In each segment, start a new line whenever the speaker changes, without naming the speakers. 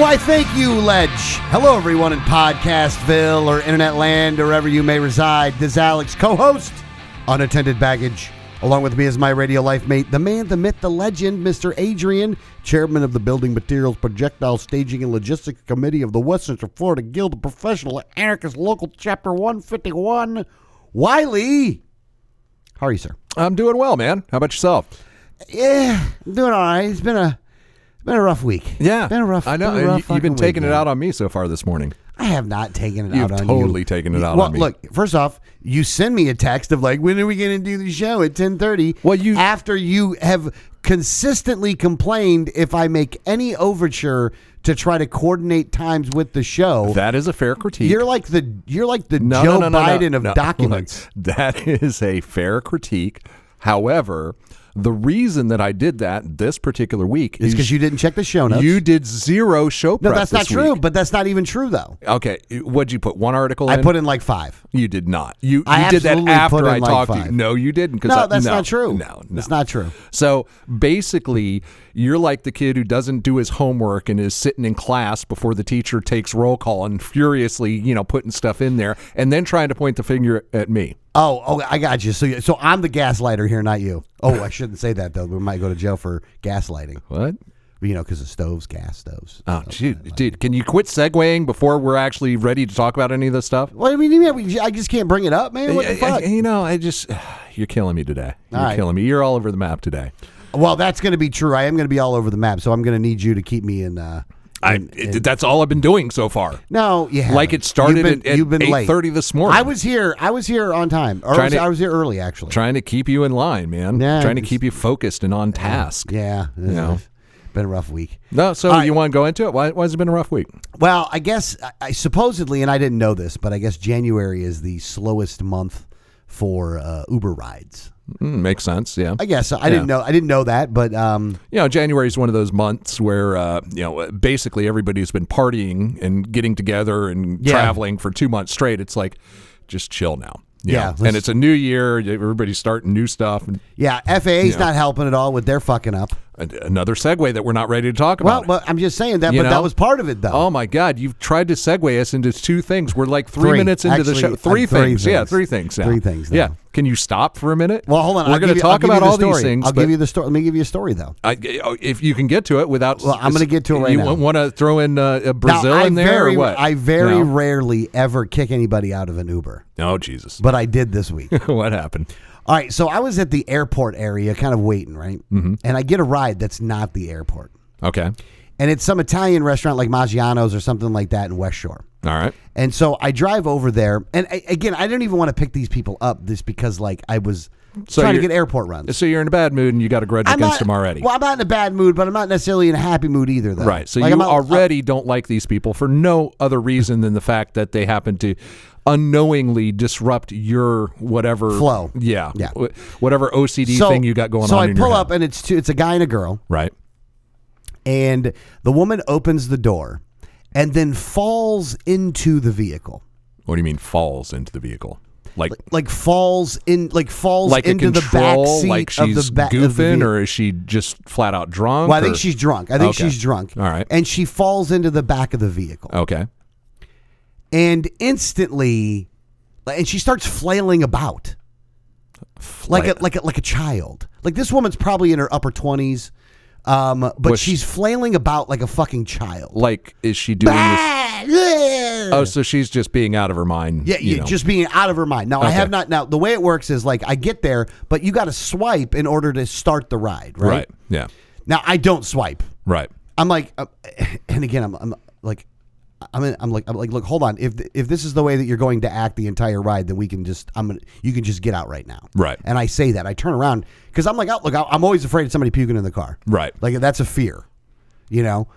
Why, thank you, Ledge. Hello, everyone in Podcastville or Internet Land, or wherever you may reside. This is Alex, co host, Unattended Baggage. Along with me is my radio life mate, the man, the myth, the legend, Mr. Adrian, chairman of the Building Materials Projectile Staging and Logistics Committee of the West Central Florida Guild of Professional Anarchists Local Chapter 151, Wiley. How are you, sir?
I'm doing well, man. How about yourself?
Yeah, I'm doing all right. It's been a it's been a rough week.
Yeah,
been a rough.
I know
been a rough
you, have
fucking
been taking
week,
it
man.
out on me so far this morning.
I have not taken it
You've
out on you.
totally taken it out
well,
on me.
Look, first off, you send me a text of like, when are we going to do the show at ten thirty?
Well, you-
after you have consistently complained if I make any overture to try to coordinate times with the show.
That is a fair critique.
you're like the you're like the
no,
Joe
no, no, no, no,
Biden of
no.
documents.
Look, that is a fair critique. However, the reason that I did that this particular week
It's
is
because you didn't check the show notes.
you did zero show
no,
prep.
that's not
this
true.
week.
But that's not even true though.
Okay, what'd you put? One article.
I
in?
put in like five.
You did not. You,
I
you did that
absolutely
after
put in
I
like
talked to
five.
you. No, you didn't. 'cause
No,
I-
that's not true.
No, no,
It's not true.
So basically, you're like the kid who doesn't do his homework and is sitting in class before the teacher takes roll call and furiously, you know, putting stuff in there and then trying to point the finger at me.
Oh, oh, I got you. So, you- so I'm the gaslighter here, not you. Oh, I shouldn't say that though. We might go to jail for gaslighting.
What?
You know, because of stoves, gas stoves.
Oh, dude, dude, can you quit segueing before we're actually ready to talk about any of this stuff?
Well, I mean, you mean, we- I just can't bring it up, man. What the
I- I-
fuck?
you know, I just, you're killing me today. You're
All right.
killing me. You're all over the map today.
Well, that's going to be true. I am going to be all over the map, so I'm going to need you to keep me in. Uh,
I,
in- in-
it- that's all I've been doing so far.
no, yeah.
Like it started at- at 8:30 this morning.
I was here. I was here on time. Or I
Trying
was,
to-
I was here early, actually.
Trying to keep you in line, man.
Yeah,
trying to
just-
keep you focused and on task.
yeah, it's
know.
been a rough week.
No, so
All right.
you want to go into it? Why, why has it been a rough week?
Well, I guess I, I supposedly, and I didn't know this, but I guess January is the slowest month for uh, Uber rides.
Mm, makes sense. Yeah.
I guess I didn't know. I didn't know that, but um,
you know, January is one of those months where, uh, you know, basically everybody's been partying and getting together and
Yeah.
traveling for two months straight. It's like, just chill now. you
Yeah,
know?
let's-
And it's a new year. Everybody's starting new stuff. And
yeah, FAA's not helping at all with their fucking up.
an- another segue that we're not ready to talk
Well,
about.
but I'm just saying that.
You
but that
know?
was part of it, though.
Oh my God! You've tried to segue us into two things. We're like three,
Three.
minutes into the
Actually,
show.
uh,
Three,
three
things. Yeah,
things.
three things. Now.
Three things now.
Yeah. Can you stop for a minute?
well, hold on.
We're
I'll
gonna
give you- I'll
talk
give you
about
the
all
story.
these things.
I'll
but-
give you the story. Let me give you the story, though.
I, oh, if you can get to it without.
Well, I'm gonna get to it right
you
now.
want to throw in uh, a
Now,
Brazil
I
in there
very,
or what?
I very
No.
rarely ever kick anybody out of an Uber,
Oh Jesus!
but I did this week.
what happened?
All right, so I was at the airport area, kind of waiting, right? Mm-hmm. And I get a ride that's not the airport,
Okay. All
and it's some Italian restaurant like Maggiano's or something like that in West Shore.
right.
And so I drive over there, and I, again, I don't even want to pick these people up. This because like I was
So
trying to
you're-
get airport runs.
So you're in a bad mood and you got a grudge
I'm
against
not,
him already.
Well, I'm not in a bad mood, but I'm not necessarily in a happy mood either, though.
right. So
Like,
you
I'm not-
already don't like these people for no other reason than the fact that they happen to unknowingly disrupt your whatever
Flow.
Yeah.
Yeah.
wh- Whatever OCD
so,
thing you got going
so
on.
I
in your
pull
head.
up, and it's two, it's a guy and a girl,
Right.
and the woman opens the door, and then falls into the vehicle,
What do you mean falls into the vehicle? Like
like falls in, like falls
like
into
a
the back
control,
seat
like
of
she's
the back of the
goofing,
vehicle.
or is she just flat out drunk?
Well, I
or-
think she's drunk. I think
Okay.
she's drunk.
All right. Oh.
And she falls into the back of the vehicle.
okay.
and instantly and she starts flailing about like a like a like a child like this woman's probably in her upper 20s um but
Was she-
she's flailing about like a fucking child
Like is she doing this?
oh
Oh, so she's just being out of her mind.
yeah,
you
yeah
know.
just being out of her mind. Now I
Okay.
have not. Now the way it works is like I get there, but you got to swipe in order to start the ride, right?
right. Yeah.
Now I don't swipe.
Right.
I'm like, uh, and again, I'm, I'm like, I'm, in, I'm like, I'm like, look, hold on. If th- if this is the way that you're going to act the entire ride, then we can just, I'm gonna, you can just get out right now.
Right.
And I say that, I turn around because I'm like, oh, look, I- I'm always afraid of somebody puking in the car.
Right.
Like that's a fear, you know.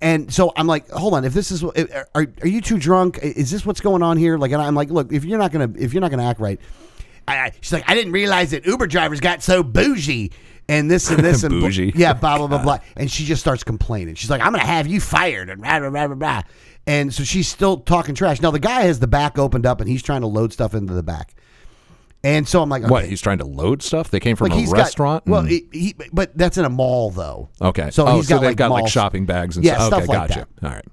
and so I'm like, hold on, if this is, are, are you too drunk? Is this what's going on here? Like, and I'm like, look, if you're not gonna, if you're not gonna act right, I, I, she's like, I didn't realize that Uber drivers got so bougie. And this and this and bl-
Bougie.
yeah, blah blah blah blah. And she just starts complaining. She's like, "I'm gonna have you fired," and rah rah rah rah rah. And so she's still talking trash. Now the guy has the back opened up, and he's trying to load stuff into the back. And so I'm like,
What?
okay.
He's trying to load stuff? They came from
Like
a
he's got-
restaurant?
well,
Mm.
he, he, but that's in a mall though.
okay.
So
oh,
he's
so
got
they've
like
got
mall-
like shopping bags and
Yeah,
stuff.
stuff
Okay,
like
gotcha. All right.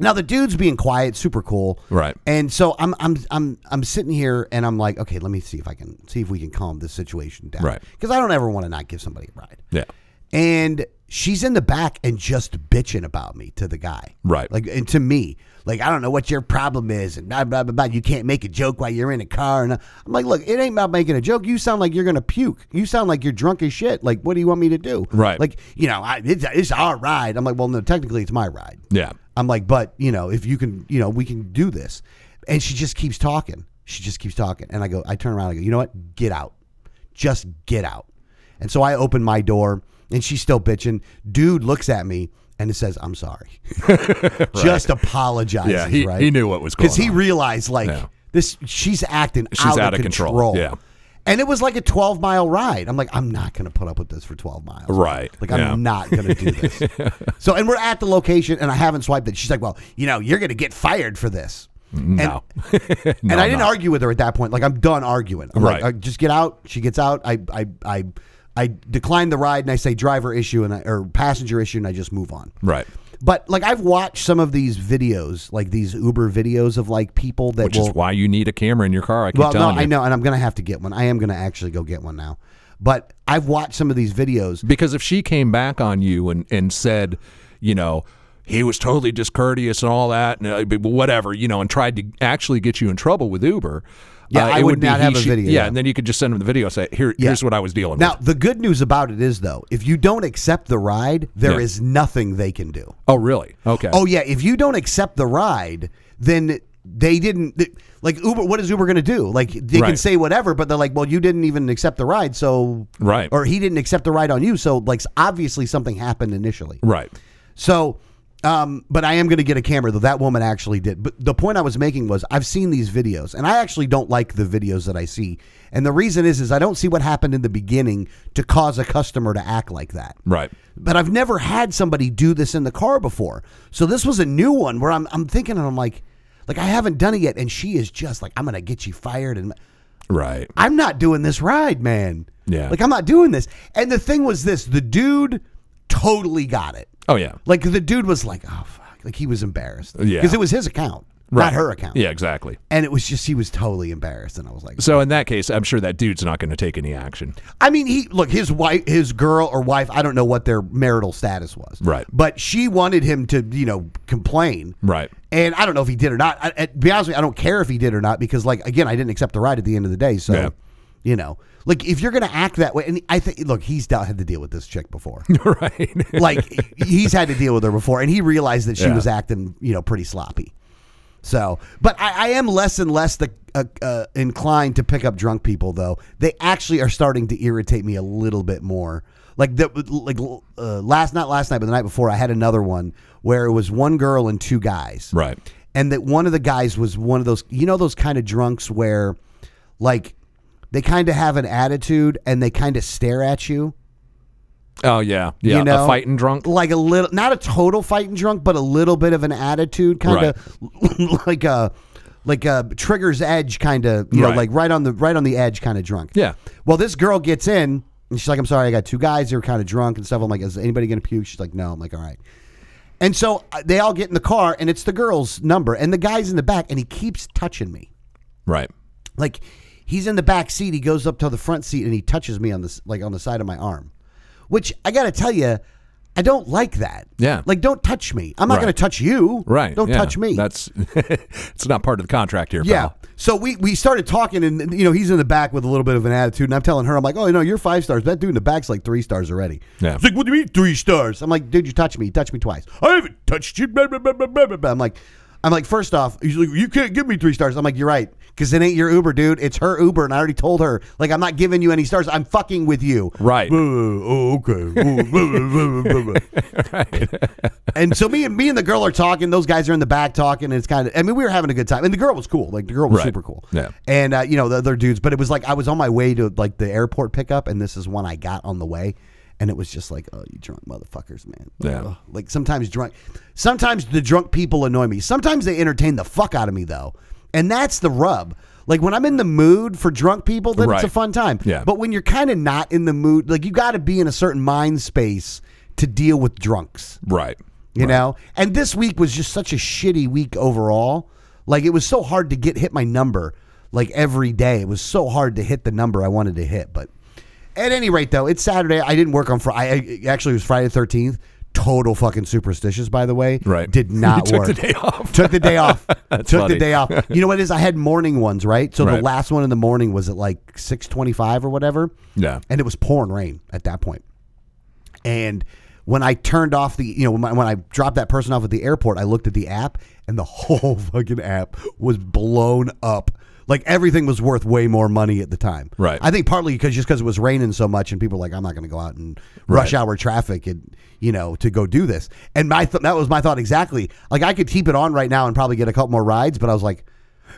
Now the dude's being quiet, super cool.
Right.
And so I'm I'm I'm I'm sitting here and I'm like, okay, let me see if I can see if we can calm this situation down.
Right.
Because I don't ever want to not give somebody a ride.
Yeah.
And she's in the back and just bitching about me to the guy.
Right.
Like and to me. Like, I don't know what your problem is and blah blah blah blah. You can't make a joke while you're in a car and uh, I'm like, look, it ain't about making a joke. You sound like you're gonna puke. You sound like you're drunk as shit. Like, what do you want me to do?
Right.
Like, you know, I, it's, it's our ride. I'm like, well, no, technically it's my ride.
Yeah.
I'm like, but you know, if you can, you know, we can do this. And she just keeps talking. She just keeps talking. And I go, I turn around, I go, you know what? Get out. Just get out. And so I open my door and she's still bitching. Dude looks at me and says, I'm sorry. Just apologizes,
Yeah, he-
right?
he knew what was
Because
going
he
on.
realized like
Yeah.
this she's acting
She's
out,
out
of
of
control.
control, yeah.
And it was like a 12 mile ride. I'm like, I'm not going to put up with this for 12 miles.
Right,
Like,
yeah.
I'm not going to do this. so, and we're at the location, and I haven't swiped it. She's like, Well, you know, you're going to get fired for this.
No.
and I didn't argue with her at that point. Like, I'm done arguing. I'm like,
Right.
"Uh, just get out. She gets out. I, I, I, I decline the ride, and I say driver issue and I, or passenger issue, and I just move on.
Right.
But like I've watched some of these videos, like these Uber videos of like people that
Which
will
is why you need a camera in your car. I keep
well, no,
telling you.
I know, and I'm gonna have to get one. I am gonna actually go get one now. But I've watched some of these videos.
Because if she came back on you and, and said, you know, he was totally discourteous and all that, and uh, but whatever, you know, and tried to actually get you in trouble with Uber. uh,
Yeah, I
it
would
be
not
he,
have a
she-
video,
Yeah,
yeah.
and then you could just send him the video. and Say, here,
Yeah.
here's what I was dealing
Now,
with.
the good news about it is though, if you don't accept the ride, there is
Yeah.
nothing they can do.
Oh, really? Okay.
Oh yeah, if you don't accept the ride, then they didn't th- like Uber. What is Uber going to do? Like they can
Right.
say whatever, but they're like, well, you didn't even accept the ride, so
Right.
or he didn't accept the ride on you, so like obviously something happened initially.
right.
So, um, but I am going to get a camera though. That woman actually did. But the point I was making was I've seen these videos, and I actually don't like the videos that I see. And the reason is, is I don't see what happened in the beginning to cause a customer to act like that.
Right.
But I've never had somebody do this in the car before. So this was a new one where I'm, I'm thinking, and I'm like, like I haven't done it yet, and she is just like, I'm going to get you fired, and.
Right.
I'm not doing this ride, man.
Yeah.
Like, I'm not doing this. And the thing was this the dude totally got it.
Oh, yeah.
Like, the dude was like, oh, fuck. Like, he was embarrassed.
Yeah.
Because it was his account, not her account.
Yeah, exactly.
And it was just, he was totally embarrassed. And I was like,
So in that case, I'm sure that dude's not going to take any action.
I mean, he, look, his wife, his girl or wife, I don't know what their marital status was.
Right.
But she wanted him to, you know, complain.
Right.
And I don't know if he did or not. I, I, to be honest with you, I don't care if he did or not because, like, again, I didn't accept the ride at the end of the day. So,
Yeah.
you know, like if you're going to act that way, and I think, look, he's down, had to deal with this chick before.
right.
like he's had to deal with her before, and he realized that she
Yeah.
was acting, you know, pretty sloppy. So, but I, I am less and less the, uh, uh, inclined to pick up drunk people, though. They actually are starting to irritate me a little bit more. Like the like uh, last not last night, but the night before, I had another one where it was one girl and two guys,
Right.
and that one of the guys was one of those, you know, those kind of drunks where, like, they kind of have an attitude and they kind of stare at you
Oh, yeah. Yeah.
you know,
a fighting drunk.
like a little, not a total fighting drunk, but a little bit of an attitude, kind of like a like a trigger's edge, kind of you know,
Right.
like right on the right on the edge, kind of drunk.
Yeah.
Well, this girl gets in and she's like, "I'm sorry, I got two guys. They were kind of drunk and stuff." I'm like, "Is anybody gonna puke?" She's like, "No." I'm like, "All right." And so uh, they all get in the car, and it's the girl's number, and the guy's in the back, and he keeps touching me
Right.
like he's in the back seat he goes up to the front seat and he touches me on this like on the side of my arm which i gotta tell you i don't like that
Yeah.
like don't touch me i'm not
Right.
gonna touch you
Right.
don't
yeah.
touch me
That's it's not part of the contract here,
yeah
pal.
so we we started talking and you know he's in the back with a little bit of an attitude and i'm telling her i'm like oh you know you're five stars that dude in the back's like three stars already
Yeah.
She's like what do you mean three stars i'm like dude you touched me you touched me twice i haven't touched you blah, blah, blah, blah, blah, blah, blah. i'm like i'm like first off he's like you can't give me three stars i'm like you're right because it ain't your Uber, dude. It's her Uber, and I already told her like I'm not giving you any stars. I'm fucking with you.
Right.
Oh, okay. and so me and me and the girl are talking. Those guys are in the back talking, and it's kind of. I mean, we were having a good time, and the girl was cool. Like the girl was
Right.
super cool.
Yeah.
And uh, you know the other dudes, but it was like I was on my way to like the airport pickup, and this is one I got on the way, and it was just like, oh, you drunk motherfuckers, man.
Yeah.
Ugh. Like sometimes drunk, sometimes the drunk people annoy me. Sometimes they entertain the fuck out of me though, and that's the rub. Like when I'm in the mood for drunk people, then it's a
Right.
fun time.
Yeah.
But when you're kind of not in the mood, like you got to be in a certain mind space to deal with drunks
Right.
you know and this week was just such a shitty week overall like it was so hard to get hit my number like every day it was so hard to hit the number i wanted to hit but at any rate though it's saturday i didn't work on friday actually it was friday the 13th total fucking superstitious by the way
Right.
did not
You took
work
the day off.
took the day off took
That's
the
funny.
day off you know what it is i had morning ones right so the
Right.
last one in the morning was at like 6.25 or whatever
Yeah.
and it was pouring rain at that point and when I turned off the, you know, when, I- when I dropped that person off at the airport, I looked at the app and the whole fucking app was blown up. Like everything was worth way more money at the time.
Right.
I think partly because just because it was raining so much and people were like, I'm not going to go out and rush hour traffic and, you know, to go do this. And my th- that was my thought exactly. Like I could keep it on right now and probably get a couple more rides, but I was like,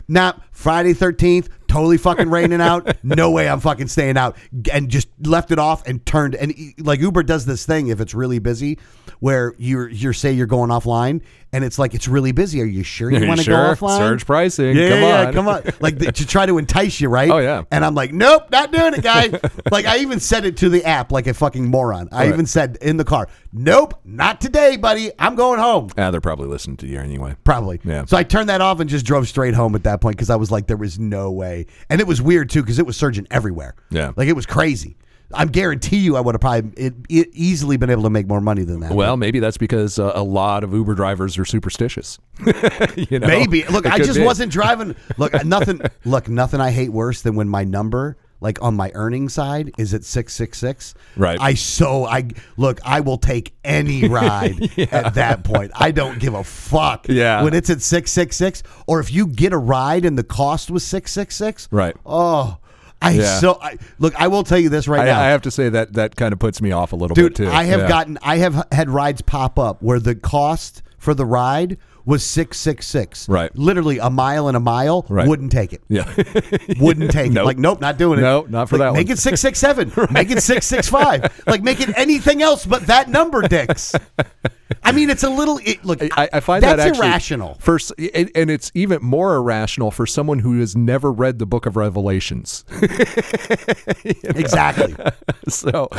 nah, Friday 13th, totally fucking raining out. No way I'm fucking staying out. And just left it off and turned. And e- like Uber does this thing if it's really busy where you're, you're say you're going offline and it's like, it's really busy. Are you sure you
you
want to go
sure?
offline?
Surge pricing.
Yeah,
Come
yeah, yeah,
on.
come on. Like th- to try to entice you, right?
Oh, yeah.
And I'm like, nope, not doing it, guy. like I even said it to the app like a fucking moron. I
Right.
even said in the car, nope, not today, buddy. I'm going home.
Ah, they're probably listening to you anyway.
Probably.
Yeah.
So I turned that off and just drove straight home at that point because I was like, there was no way. And it was weird too because it was surging everywhere.
Yeah.
Like it was crazy. I guarantee you, I would have probably it, it easily been able to make more money than that.
Well, maybe that's because uh, a lot of Uber drivers are superstitious. you know?
Maybe. Look,
It
I
could
just
be.
wasn't driving. Look, nothing. look, nothing. I hate worse than when my number, like on my earning side, is at six six six.
Right.
I so I look. I will take any ride at that point. I don't give a fuck.
Yeah.
When it's at six six six, or if you get a ride and the cost was six six six.
Right.
Oh. I
Yeah.
so I look. I will tell you this right
I,
now.
I have to say that that kind of puts me off a little
Dude,
bit too.
I have
Yeah.
gotten, I have h- had rides pop up where the cost for the ride was six six six.
Right.
literally a mile and a mile.
Right.
Wouldn't take it.
Yeah.
Wouldn't take it.
Nope.
Like, nope, not doing it.
Nope, not for
Like,
that
Make
one.
it six six seven. Make it six six five. Like, make it anything else but that number, dicks. I mean, it's a little. It, look,
I, I find
that's
that actually
irrational.
For, s- and, and it's even more irrational for someone who has never read the Book of Revelations.
Exactly.
so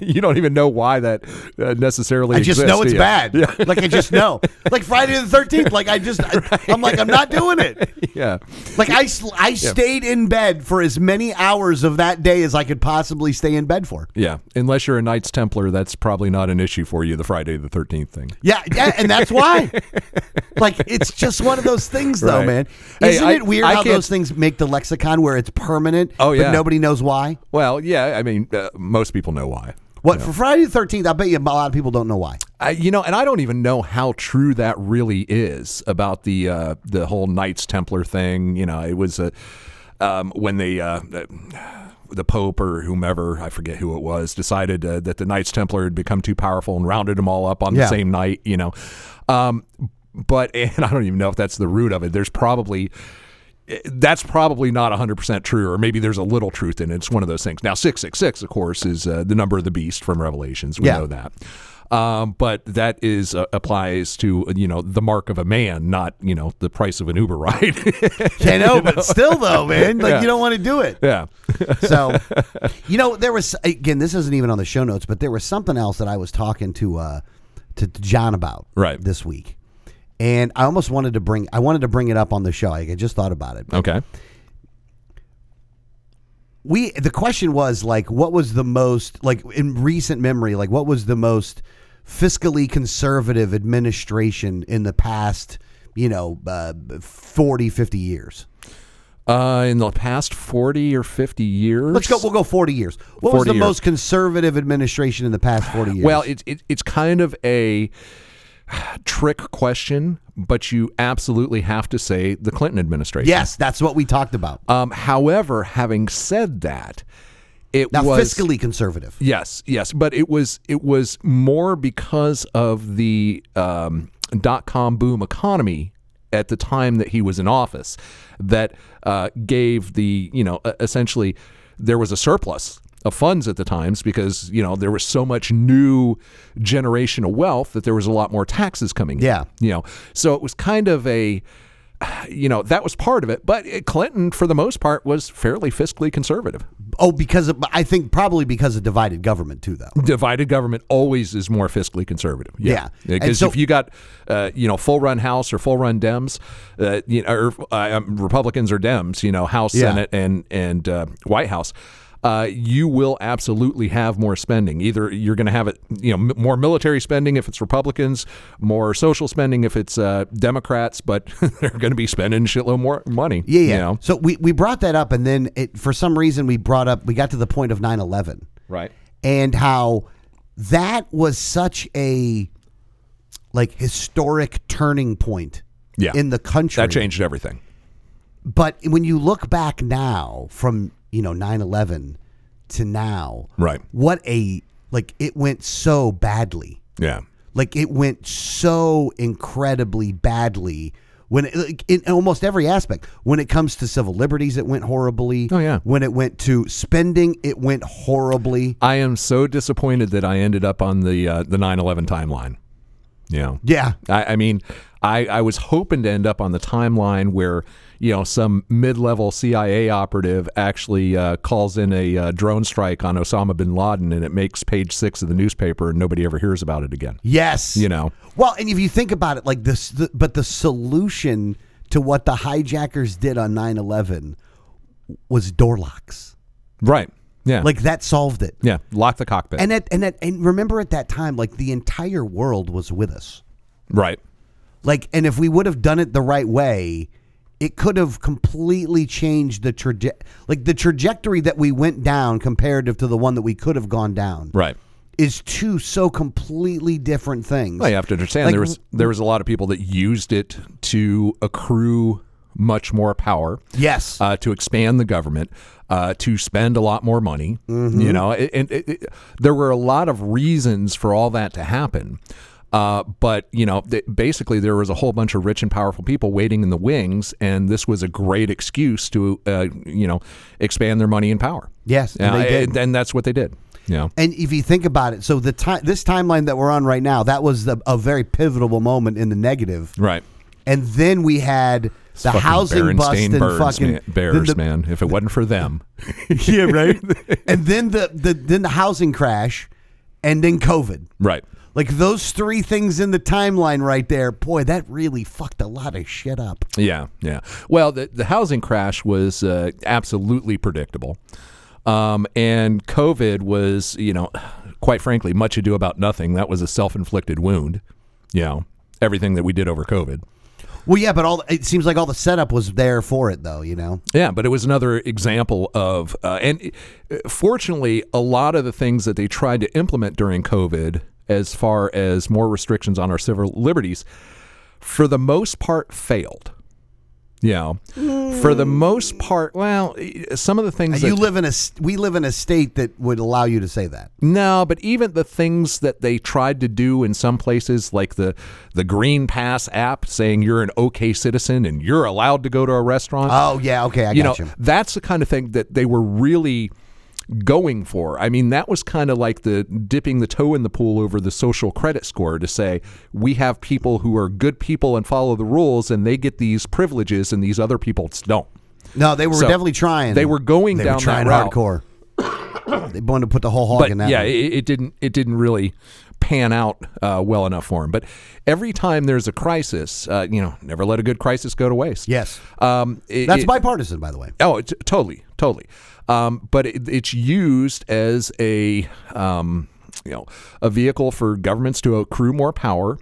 you don't even know why that uh, necessarily.
I just
exists,
know
do
it's
you?
bad.
Yeah,
Like I just know. Like Friday the Thirteenth. Like I just. I, I'm like I'm not doing it.
yeah.
Like I, sl- I stayed in bed for as many hours of that day as I could possibly stay in bed for.
Yeah. unless you're a Knights Templar, that's probably not an issue for you. The Friday the Thirteenth thing.
Yeah, yeah, and that's why. like it's just one of those things, though,
Right.
man.
Hey,
Isn't
I-
it weird
I
how
can't-
those things make the lexicon where it's permanent?
Oh, yeah.
but nobody knows why.
Well, yeah, I mean, uh, most people know why.
What for Friday the Thirteenth? I bet you a lot of people don't know why.
I, you know, and I don't even know how true that really is about the uh, the whole Knights Templar thing. You know, it was a, um, when they uh, the- the Pope or whomever I forget who it was decided uh, that the Knights Templar had become too powerful and rounded them all up on
Yeah.
the same night. You know, um, but and I don't even know if that's the root of it. There's probably that's probably not 100% true, or maybe there's a little truth in it. It's one of those things. Now, 666, of course, is uh, the number of the beast from Revelations. We
Yeah.
know that. Um, but that is uh, applies to you know the mark of a man, not you know the price of an Uber ride.
I know, but still, though, man, like
Yeah.
you don't want to do it.
yeah,
So, you know, there was again. This isn't even on the show notes, but there was something else that I was talking to uh, to to John about
Right.
this week, and I almost wanted to bring I wanted to bring it up on the show. Like, I just thought about it.
okay,
We the question was like, what was the most like in recent memory? Like, what was the most fiscally conservative administration in the past? You know, uh, 40, 50 years.
uh, in the past 40 or 50 years.
Let's go. We'll go forty years. What was
40
the
years.
most conservative administration in the past forty years?
Well, it's it, it's kind of a trick question, but you absolutely have to say the Clinton administration.
Yes, that's what we talked about.
Um, however, having said that, it
Now,
was
fiscally conservative.
Yes, yes, but it was it was more because of the um, dot com boom economy at the time that he was in office that uh, gave the you know e- essentially there was a surplus of funds at the times because you know there was so much new generation of wealth that there was a lot more taxes coming in.
Yeah.
you know, so it was kind of a you know that was part of it, but uh, Clinton for the most part was fairly fiscally conservative.
Oh, because of, I think probably because of divided government too, though.
divided government always is more fiscally conservative.
Yeah. And
because
so-
if you got uh, you know full run House or full run Dems, uh, you know, or uh, um, Republicans or Dems, you know House,
Yeah.
Senate, and and uh, White House. Uh, you will absolutely have more spending. Either you're going to have it, you know, m- more military spending if it's Republicans, more social spending if it's uh, Democrats, but they're going to be spending a shitload more money.
Yeah, yeah.
you know?
So we, we brought that up, and then it, for some reason we brought up we got to the point of 9-11
right.
and how that was such a like historic turning point
Yeah.
in the country.
That changed everything.
But when you look back now from, you know, 9-11 to now,
Right.
what a like it went so badly.
Yeah.
Like it went so incredibly badly when it, like, in almost every aspect. When it comes to civil liberties, it went horribly.
Oh, yeah.
When it went to spending, it went horribly.
I am so disappointed that I ended up on the uh, the 11 timeline. Yeah.
Yeah.
I, I mean, I, I was hoping to end up on the timeline where you know some mid-level CIA operative actually uh, calls in a uh, drone strike on Osama bin Laden, and it makes page six of the newspaper, and nobody ever hears about it again.
Yes.
You know.
Well, and if you think about it, like this, the, but the solution to what the hijackers did on 9-11 was door locks.
Right. Yeah.
Like that solved it.
yeah. Lock the cockpit.
And that, and that, and remember at that time, like the entire world was with us.
right.
Like, and if we would have done it the right way, it could have completely changed the traje- like the trajectory that we went down comparative to the one that we could have gone down.
Right.
Is two so completely different things.
Well, you have to understand
Like,
there was there was a lot of people that used it to accrue much more power.
Yes.
uh, to expand the government, uh, to spend a lot more money.
Mm-hmm.
You know, it- and it, it, there were a lot of reasons for all that to happen. Uh, but you know, th- basically, there was a whole bunch of rich and powerful people waiting in the wings, and this was a great excuse to, uh, you know, expand their money and power.
yes. and
Uh,
they did.
and, and that's what they did. You know,
And if you think about it, so the time, this timeline that we're on right now, that was the, a very pivotal moment in the negative,
right?
and then we had the
Fucking
housing bust
Berenstain
and
Bears,
fucking
man, bears,
the- the-
man. If it wasn't for them,
yeah, right. and then the, the then the housing crash, and then COVID.
right?
Like those three things in the timeline right there, boy, that really fucked a lot of shit up.
Yeah, yeah. Well, the, the housing crash was uh, absolutely predictable. Um, and COVID was, you know, quite frankly, much ado about nothing. That was a self inflicted wound, you know, everything that we did over COVID.
Well, yeah, but all it seems like all the setup was there for it, though. You know,
Yeah, but it was another example of, uh, and uh, fortunately, a lot of the things that they tried to implement during COVID, as far as more restrictions on our civil liberties, for the most part failed. Yeah, for the most part, well, eh, some of the things that
you live in a s- we live in a state that would allow you to say that.
no, but even the things that they tried to do in some places, like the the Green Pass app, saying you're an OK citizen and you're allowed to go to a restaurant.
Oh yeah, okay, I
you know,
got you.
that's the kind of thing that they were really going for. I mean, that was kind of like the dipping the toe in the pool over the social credit score to say we have people who are good people and follow the rules, and they get these privileges, and these other people don't.
No, they were
So,
definitely trying.
they were going
They
down
were
that
trying
route.
hardcore. they wanted to put the whole hog in
But
that.
yeah,
one.
it, it didn't. It didn't really pan out uh, well enough for him. But every time there's a crisis, uh, you know, never let a good crisis go to waste.
yes,
Um, it-
that's
it-
bipartisan, by the way.
Oh, it's, totally, totally. Um, but it, it's used as a um, you know a vehicle for governments to accrue more power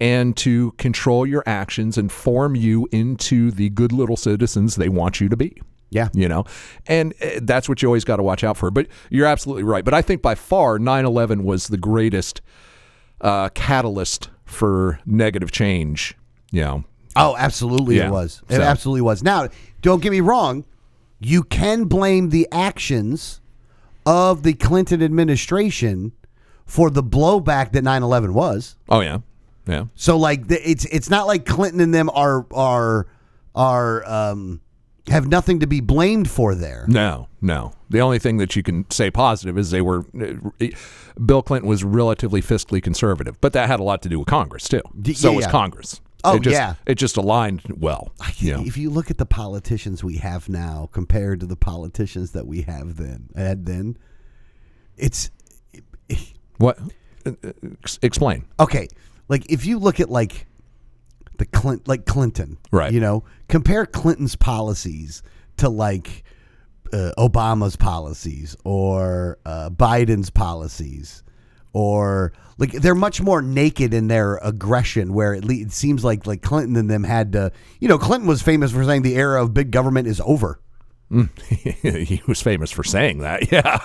and to control your actions and form you into the good little citizens they want you to be.
Yeah.
You know, and uh, that's what you always got to watch out for. But you're absolutely right. But I think by far 9 11 was the greatest uh, catalyst for negative change. You know,
Oh, absolutely
Yeah,
it was. It
so.
absolutely was. Now, don't get me wrong, you can blame the actions of the Clinton administration for the blowback that 9/11 was.
oh yeah, yeah,
So like the, it's it's not like Clinton and them are are are um have nothing to be blamed for there.
no, no. The only thing that you can say positive is they were uh, Bill Clinton was relatively fiscally conservative, but that had a lot to do with Congress too.
D-
so
yeah,
was
yeah.
Congress.
Oh,
it just,
yeah.
it just aligned well. Yeah.
If you look at the politicians we have now compared to the politicians that we have then, had then, it's
What? uh, uh, ex- Explain.
okay like if you look at like the clint like clinton
Right.
you know compare clinton's policies to like uh, obama's policies or uh, biden's policies or like they're much more naked in their aggression where it, le- it seems like like clinton and them had to you know clinton was famous for saying the era of big government is over
he was famous for saying that. Yeah.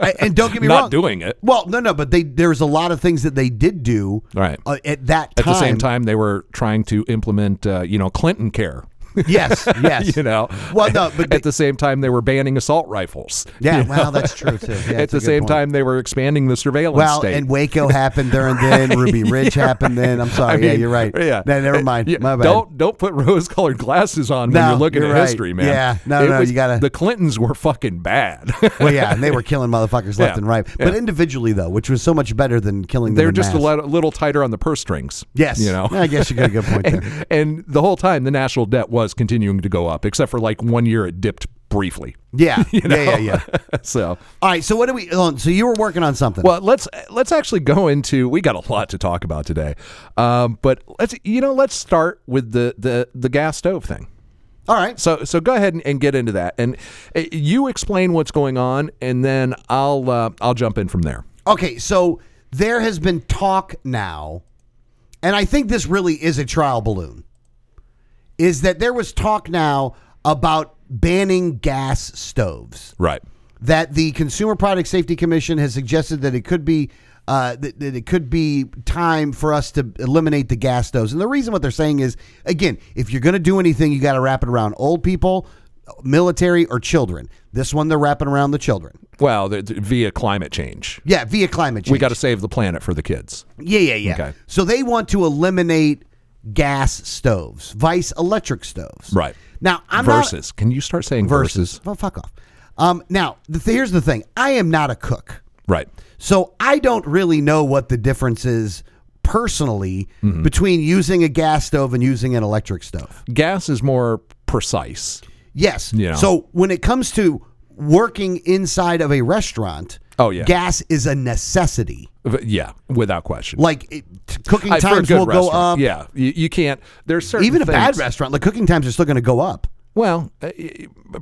I- and don't get me
Not
wrong
doing it.
well no no but they there's a lot of things that they did do
Right.
uh, at that
At
time
the same time, they were trying to implement, uh, you know, Clinton care.
yes yes
you know,
Well, no, but
at the same time they were banning assault rifles.
Yeah, well, that's true too. Yeah,
at
that's a
the
good
same
point.
time they were expanding the surveillance
Well,
state.
and Waco happened during then. Ruby Ridge happened then. I'm sorry.
I
yeah,
mean,
you're right.
Yeah,
No, never mind.
Yeah,
My bad.
Don't don't put rose-colored glasses on
No,
when you're looking
you're
at
right.
history, man.
Yeah. No,
It
no,
was-
you gotta-
The Clintons were fucking bad.
Well, yeah, and they were killing motherfuckers left
Yeah,
and right, but individually though, which was so much better than killing. them
they were
in
just a
mass.
little, little tighter on the purse strings.
Yes.
you know.
I guess you got a good point there.
and, and the whole time the national debt was continuing to go up, except for like one year it dipped briefly.
Yeah.
know?
Yeah. Yeah. Yeah.
so
All right. So what do we? Oh, so you were working on something.
Well, let's let's actually go into. We got a lot to talk about today, um, but let's you know let's start with the the the gas stove thing.
All right.
So so go ahead and, and get into that, and uh, you explain what's going on, and then I'll uh, I'll jump in from there.
Okay. So there has been talk now, and I think this really is a trial balloon. Is that there was talk now about banning gas stoves?
Right.
that the Consumer Product Safety Commission has suggested that it could be uh, that, that it could be time for us to eliminate the gas stoves. And the reason what they're saying is, again, if you're going to do anything, you got to wrap it around old people, military, or children. This one they're wrapping around the children.
Well, the, the- via climate change,
Yeah, via climate change.
we got to save the planet for the kids.
Yeah, yeah, yeah.
Okay.
So they want to eliminate gas stoves, vice electric stoves.
Right.
Now I'm not
versus, can you start saying versus?
versus. Well, fuck off. Um, now the th- here's the thing. I am not a cook.
Right.
So I don't really know what the difference is personally
Mm-hmm.
between using a gas stove and using an electric stove.
Gas is more precise.
Yes.
Yeah.
So when it comes to working inside of a restaurant,
Oh, yeah.
gas is a necessity.
V- Yeah, without question.
Like it, t- cooking
Uh, for a
times
good
will go
restaurant.
up.
Yeah, you, you can't. There's certain
Even a bad
things-
restaurant, like cooking times are still going to go up.
Well, uh,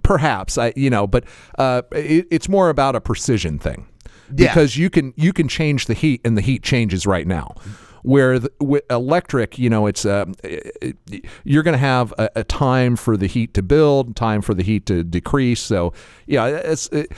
perhaps I, you know, but uh, it, it's more about a precision thing
Yeah.
because you can you can change the heat and the heat changes right now. Where the, with electric, you know, it's um, it, it- you're going to have a, a time for the heat to build, time for the heat to decrease. So, yeah, it's it,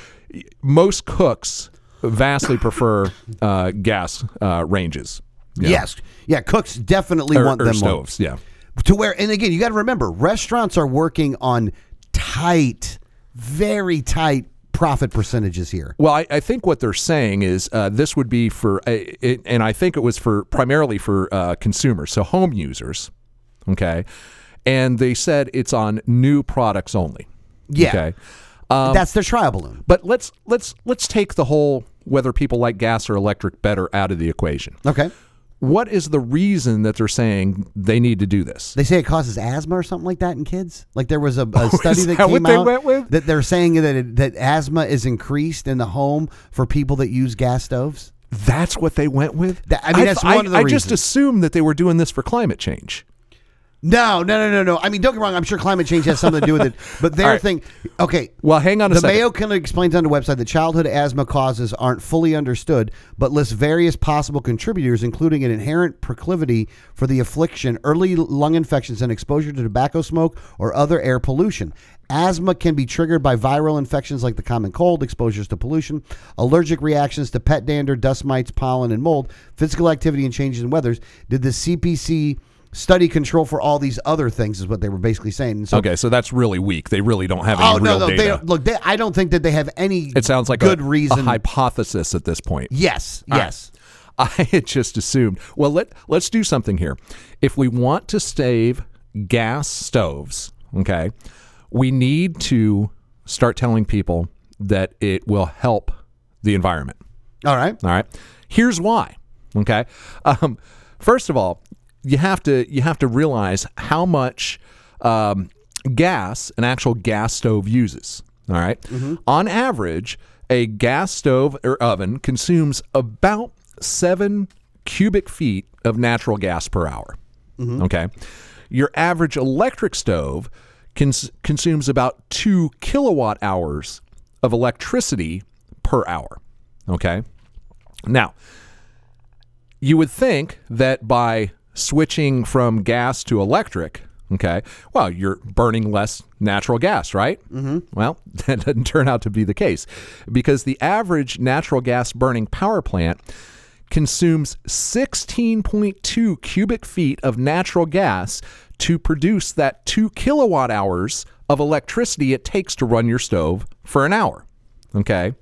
most cooks vastly prefer uh, gas uh, ranges. Yeah.
Yes. Yeah. Cooks definitely
or,
want
or
them more.
stoves. Yeah,
to where and again you got to remember restaurants are working on tight very tight profit percentages here
Well, I, I think what they're saying is uh, this would be for, uh, it, and I think it was for primarily for uh, consumers, so home users. Okay. And they said it's on new products only.
Yeah.
Okay. Um,
that's their trial balloon
but let's let's let's take the whole whether people like gas or electric better out of the equation.
okay
What is the reason that they're saying they need to do this?
they say it causes asthma or something like that in kids like there was a, a study that,
Oh, that
came
what they
out
went with?
that they're saying that it, that asthma is increased in the home for people that use gas stoves
That's what they went with.
That- I mean,
I-
that's
I,
one of the
I just
reasons.
assumed that they were doing this for climate change.
No, no, no, no, no. I mean, don't get me wrong. I'm sure climate change has something to do with it, but their
All right.
thing. Okay.
Well, hang on a
the
second.
Mayo Clinic explains on the website that childhood asthma causes aren't fully understood, but lists various possible contributors, including an inherent proclivity for the affliction, early lung infections, and exposure to tobacco smoke or other air pollution. Asthma can be triggered by viral infections like the common cold, exposures to pollution, allergic reactions to pet dander, dust mites, pollen, and mold, physical activity, and changes in weathers. Did the CPC study control for all these other things? Is what they were basically saying. And So
Okay, so that's really weak. They really don't have any
Oh no,
real
no,
data.
they don't, look. They, I don't think that they have any.
it sounds like a-
good
a,
reason.
hypothesis at this point.
yes, yes.
I had just assumed. Well, let let's do something here. If we want to save gas stoves, okay, we need to start telling people that it will help the environment.
All right.
All right. Here's why. Okay. Um, first of all, you have to you have to realize how much um, gas an actual gas stove uses. All right? On average, a gas stove or oven consumes about seven cubic feet of natural gas per hour. Okay. Your average electric stove cons- consumes about two kilowatt hours of electricity per hour. Okay. Now, you would think that by switching from gas to electric, okay, well, you're burning less natural gas, right? Mm-hmm. Well, that doesn't turn out to be the case because the average natural gas burning power plant consumes 16.2 cubic feet of natural gas to produce that two kilowatt hours of electricity it takes to run your stove for an hour. Okay.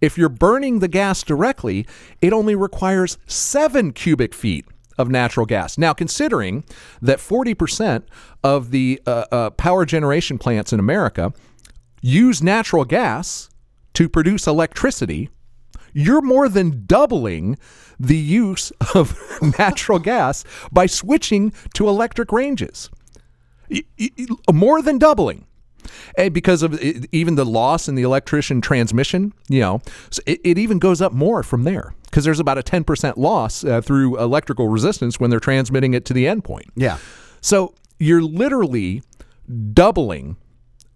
If you're burning the gas directly, it only requires seven cubic feet of natural gas. Now, considering that 40% of the uh, uh, power generation plants in America use natural gas to produce electricity, you're more than doubling the use of natural gas by switching to electric ranges y- y- more than doubling. And because of i even the loss in the electrician transmission, you know, so it, it even goes up more from there because there's about a 10% loss uh, through electrical resistance when they're transmitting it to the endpoint.
Yeah.
So you're literally doubling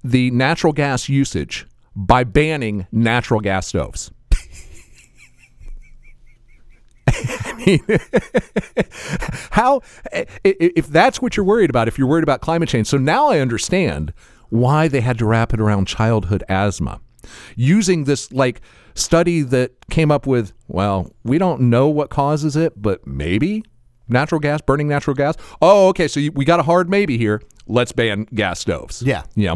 the natural gas usage by banning natural gas stoves. I mean, how i- i- if that's what you're worried about if you're worried about climate change so now i understand why they had to wrap it around childhood asthma using this like study that came up with well we don't know what causes it but maybe natural gas burning natural gas oh okay so you, we got a hard maybe here let's ban gas stoves
Yeah.
yeah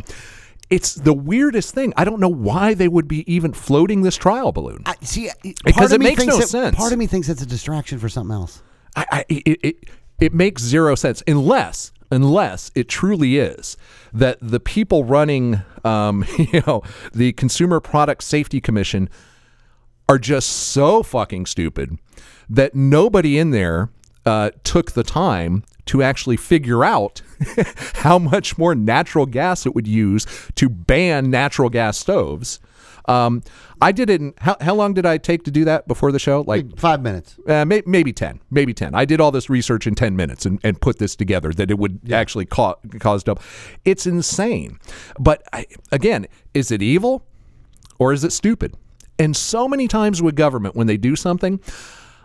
it's the weirdest thing i don't know why they would be even floating this trial balloon
I, see, I- part
Because
of
it
me
makes
thinks
no
that-
sense.
Part of me thinks it's a distraction for something else.
I, I it, it it makes zero sense unless unless it truly is that the people running um, you know the Consumer Product Safety Commission are just so fucking stupid that nobody in there uh, took the time to actually figure out how much more natural gas it would use to ban natural gas stoves. Um, I did it. In, how, how long did I take to do that before the show? Like
Five minutes.
uh, may, maybe 10 maybe 10 i did all this research in 10 minutes and, and put this together that it would actually ca- cause double it's insane but I, again is it evil or is it stupid and so many times with government when they do something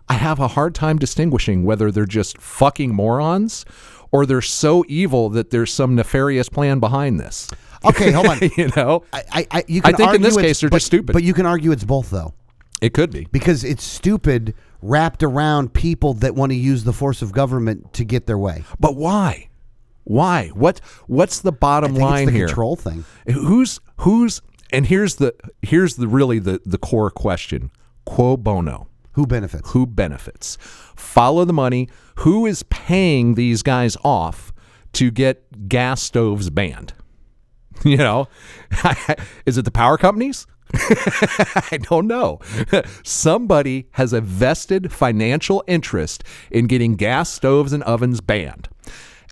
i have a hard time distinguishing whether they're just fucking morons or they're so evil that there's some nefarious plan behind this
Okay, hold on.
you know
I, I, I, you
I
can
think in
argue
this
it's-
case they're
but-
just stupid.
But you can argue it's both though,
it could be
because it's stupid wrapped around people that want to use the force of government to get their way.
but why why what what's the bottom
I think
line
it's the
here
control thing.
who's who's and here's the here's the really the the core question quo bono
Who benefits?
who benefits follow the money who is paying these guys off to get gas stoves banned you know is it the power companies I don't know. Somebody has a vested financial interest in getting gas stoves and ovens banned.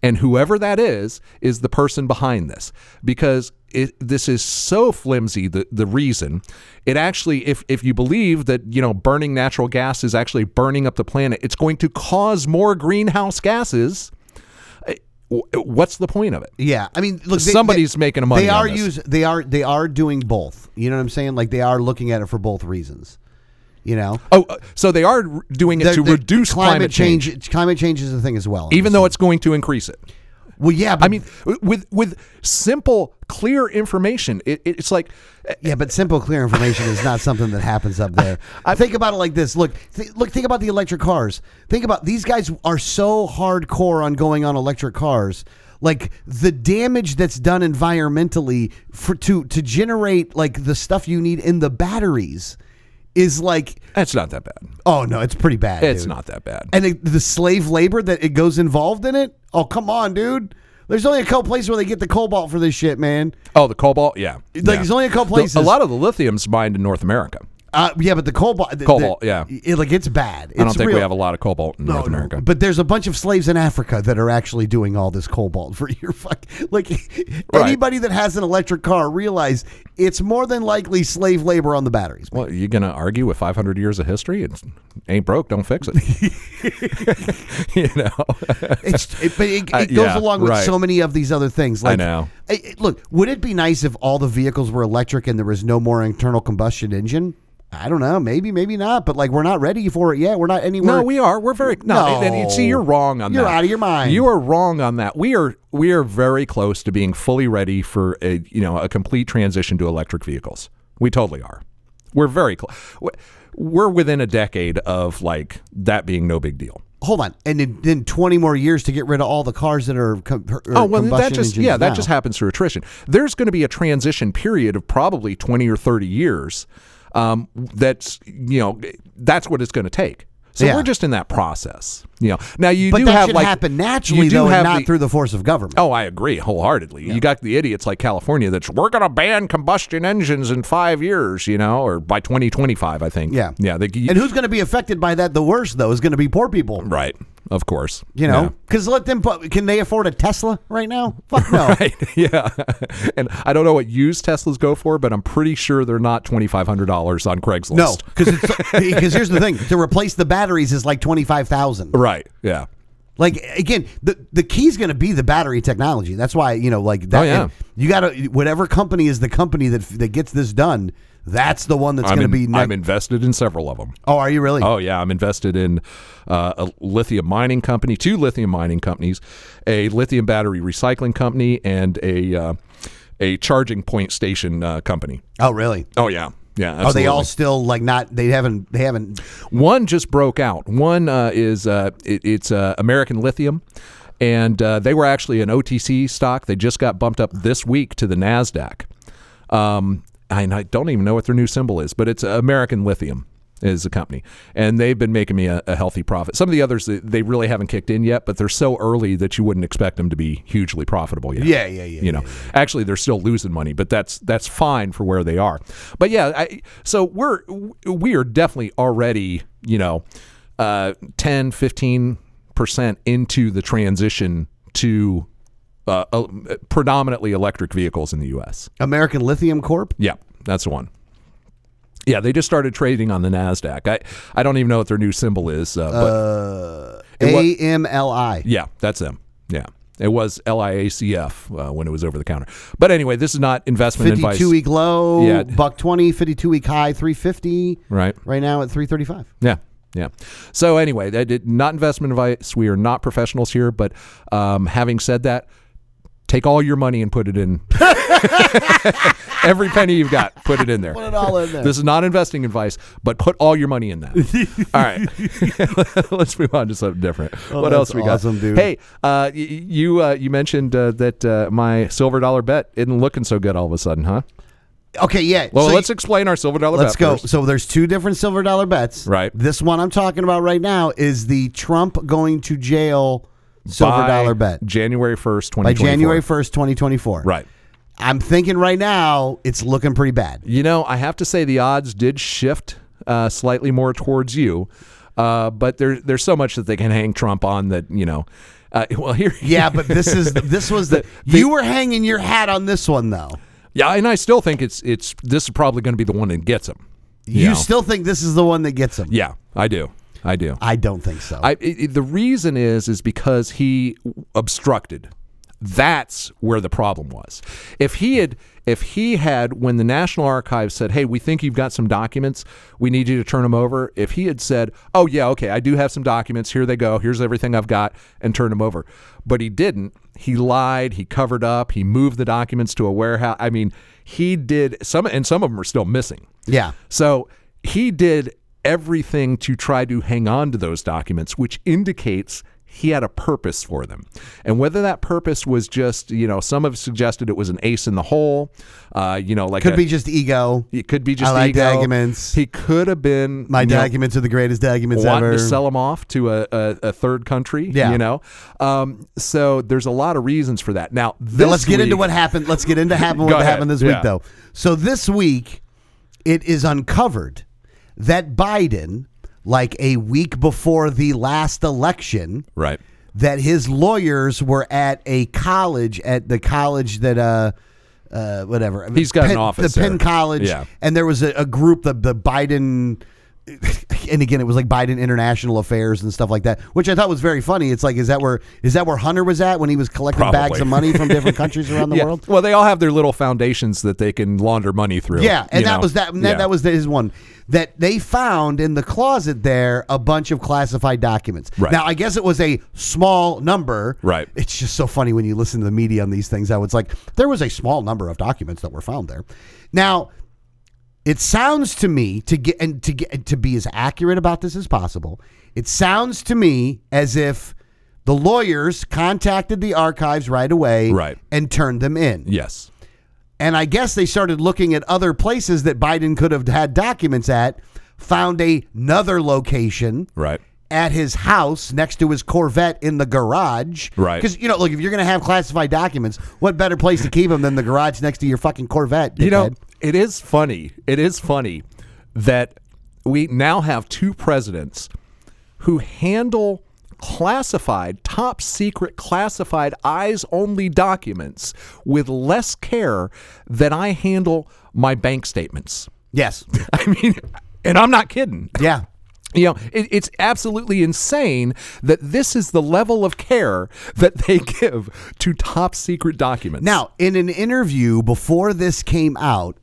And whoever that is, is the person behind this because it, this is so flimsy. The, the reason it actually, if, if you believe that, you know, burning natural gas is actually burning up the planet, it's going to cause more greenhouse gases eh, w- what's the point of it?
Yeah, I mean, look,
Somebody's making money
They
on
are
this.
use they are they are doing both. You know what I'm saying? Like they are looking at it for both reasons. You know,
Oh, uh, so they are r- doing it
They're-
to
they're-
reduce climate, change,
Climate change is a thing as well.
even though it's going to increase it.
well, yeah, but,
I mean, w- with with simple, clear information, it, it- it's like eh,
yeah, but simple, clear information is not something that happens up there. I think about it like this. Look, th- look, think about the electric cars. Think about these guys are so hardcore on going on electric cars. Like the damage that's done environmentally for to to generate like the stuff you need in the batteries is like
that's not that bad.
Oh no, it's pretty bad.
It's
dude.
not that bad.
And the, the slave labor that it goes involved in it. Oh come on, dude. There's only a couple places where they get the cobalt for this shit, man.
Oh, the cobalt, yeah.
Like,
yeah.
there's only a couple
The-
places.
a lot of the lithium's mined in North America.
Uh, yeah, but the cobalt. the- the-
Cobalt, yeah.
It, like it's bad.
I don't think we have a lot of cobalt in North America.
But there's a bunch of slaves in Africa that are actually doing all this cobalt for your fuck. Like
Right.
anybody that has an electric car realize it's more than likely slave labor on the batteries.
Well, you gonna argue with 500 years of history? It ain't broke, don't fix it. you know,
It's it, but it, it
Uh,
goes
yeah,
along with
right.
so many of these other things. Like,
know.
I- I- look, would it be nice if all the vehicles were electric and there was no more internal combustion engine? I don't know. Maybe, maybe not. But like, we're not ready for it yet. We're not anywhere.
no, we are. We're very no. and- and- see, you're wrong on
You're
that.
out of your mind.
You are wrong on that. We are we are very close to being fully ready for a you know a complete transition to electric vehicles. We totally are. We're very close. We're within a decade of like that being no big deal.
hold on. And then, then twenty more years to get rid of all the cars that are. Com- or
Oh well,
combustion
that just
engines
yeah, that
now.
just happens through attrition. There's going to be a transition period of probably 20 or 30 years. Um, that's you know that's what it's going to take. So
Yeah.
we're just in that process. You know, now you
But
do
that
have
should
like
happen
you
naturally,
do
though, and
have
not
the-
through the force of government.
Oh, I agree wholeheartedly. You got the idiots like California that's we're going to ban combustion engines in five years, you know, or by 2025, I think.
Yeah,
yeah, they,
and who's going to be affected by that? The worst, though, is going to be poor people.
right, of course.
You
Yeah.
know, because let them. Put, can they afford a Tesla right now? Fuck no.
Right. Yeah. And I don't know what used Teslas go for, but I'm pretty sure they're not $2,500 on Craigslist.
No, because because here's the thing: to replace the batteries is like twenty five thousand.
Right. Yeah.
Like again, the the key's going to be the battery technology. That's why you know, like that.
Oh, yeah.
and You got to whatever company is the company that that gets this done. That's the one that's
I'm,
going to be.
in- I'm
next.
invested in several of them.
oh, are you really?
Oh, yeah. I'm invested in uh, a lithium mining company, two lithium mining companies, a lithium battery recycling company, and a, uh, a charging point station uh, company.
Oh, really?
Oh, yeah. Yeah.
Are they all
absolutely.
still like not? They haven't. They haven't.
One just broke out. One uh, is uh, it, it's uh, American Lithium, and uh, they were actually an OTC stock. They just got bumped up this week to the Nasdaq. Um, and I don't even know what their new symbol is, but it's American Lithium is the company, and they've been making me a, a healthy profit. Some of the others they- they really haven't kicked in yet, but they're so early that you wouldn't expect them to be hugely profitable yet.
Yeah, yeah, yeah,
You know, actually they're still losing money, but that's that's fine for where they are. But yeah, I, so we're we are definitely already you know uh, 10, 15 percent into the transition to uh, uh, predominantly electric vehicles in the U.S.
American Lithium Corp.
Yeah, that's the one. Yeah, they just started trading on the Nasdaq. I I don't even know what their new symbol is, uh, but It wa-
A M L I.
yeah, that's them. Yeah. It was LIACF uh, when it was over the counter. But anyway, this is not investment advice.
52 week low,
Yeah.
E buck E 20, 52 week high, 350.
Right.
Right now at 335.
Yeah. Yeah. So anyway, that did not investment advice. We are not professionals here, but um, having said that, take all your money and put it in. Every penny you've got, put it in there.
Put it all in there.
This is not investing advice, but put all your money in that. all right, let's move on to something different. what
Oh, that's
else we got?
awesome, dude.
Hey, uh, y- you uh, you mentioned uh, that uh, my silver dollar bet isn't looking so good all of a sudden, huh?
Okay, yeah.
Well,
so
let's explain our silver dollar.
Let's
bet
go.
first.
So there's two different silver dollar bets.
Right.
This one I'm talking about right now is the Trump going to jail silver
By
dollar bet
January first, twenty
by January 1st, 2024.
Right.
I'm thinking right now it's looking pretty bad.
You know, I have to say the odds did shift uh, slightly more towards you, uh, but there, there's so much that they can hang Trump on that you know. Uh, well, here,
Yeah, but this is this was the, you were hanging your hat on this one though.
yeah, and I still think it's it's this is probably going to be the one that gets him.
You
know?
still think this is the one that gets him?
yeah, I do, I do.
I don't think so.
I, i i the reason is is because he obstructed. That's where the problem was. If he had if he had when the National Archives said, "Hey, we think you've got some documents. We need you to turn them over." If he had said, "Oh yeah, okay, I do have some documents. Here they go. Here's everything I've got," and turned them over. But he didn't. He lied, he covered up, he moved the documents to a warehouse. I mean, he did some and some of them are still missing.
Yeah.
So he did everything to try to hang on to those documents, which indicates he had a purpose for them. And whether that purpose was just, you know, some have suggested it was an ace in the hole, uh, you know, like
Could
a-
be just ego.
It could be just
I like
ego.
documents.
He could have been
My
you know,
documents are the greatest documents
wanting
ever.
to sell them off to a, a, a third country.
Yeah.
you know. Um, so there's a lot of reasons for that. Now,
Then
this
let's get into
week-
what happened. Let's get into happen what
Go ahead.
happened this
Yeah.
week, though. So this week, it is uncovered that Biden, like a week before the last election,
Right.
that his lawyers were at a college at the college that uh uh whatever
He's got an
Penn-
office
the Penn
there.
College
Yeah.
and there was a, a group the the Biden and again it was like Biden international affairs and stuff like that which I thought was very funny it's like is that where is that where Hunter was at when he was collecting bags
Probably.
of money from different countries around the
Yeah.
world
Well, they all have their little foundations that they can launder money through.
yeah, and
you
that
know?
was that. and That,
Yeah.
that was his one that they found in the closet there a bunch of classified documents.
Right.
Now, I guess it was a small number.
Right.
It's just so funny when you listen to the media on these things. How it's like there was a small number of documents that were found there. Now, it sounds to me to get and to get and to be as accurate about this as possible. It sounds to me as if the lawyers contacted the archives right away
Right.
and turned them in.
yes.
And I guess they started looking at other places that Biden could have had documents at, found a- another location
Right.
at his house next to his Corvette in the garage.
Right.
Because, you know, look, if you're going to have classified documents, what better place to keep them than the garage next to your fucking Corvette?
You know,
dickhead?
it is funny. It is funny that we now have two presidents who handle classified, top secret, classified, eyes only documents with less care than I handle my bank statements.
Yes.
I mean, and I'm not kidding.
Yeah.
You know, it, it's absolutely insane that this is the level of care that they give to top secret documents.
Now, in an interview before this came out,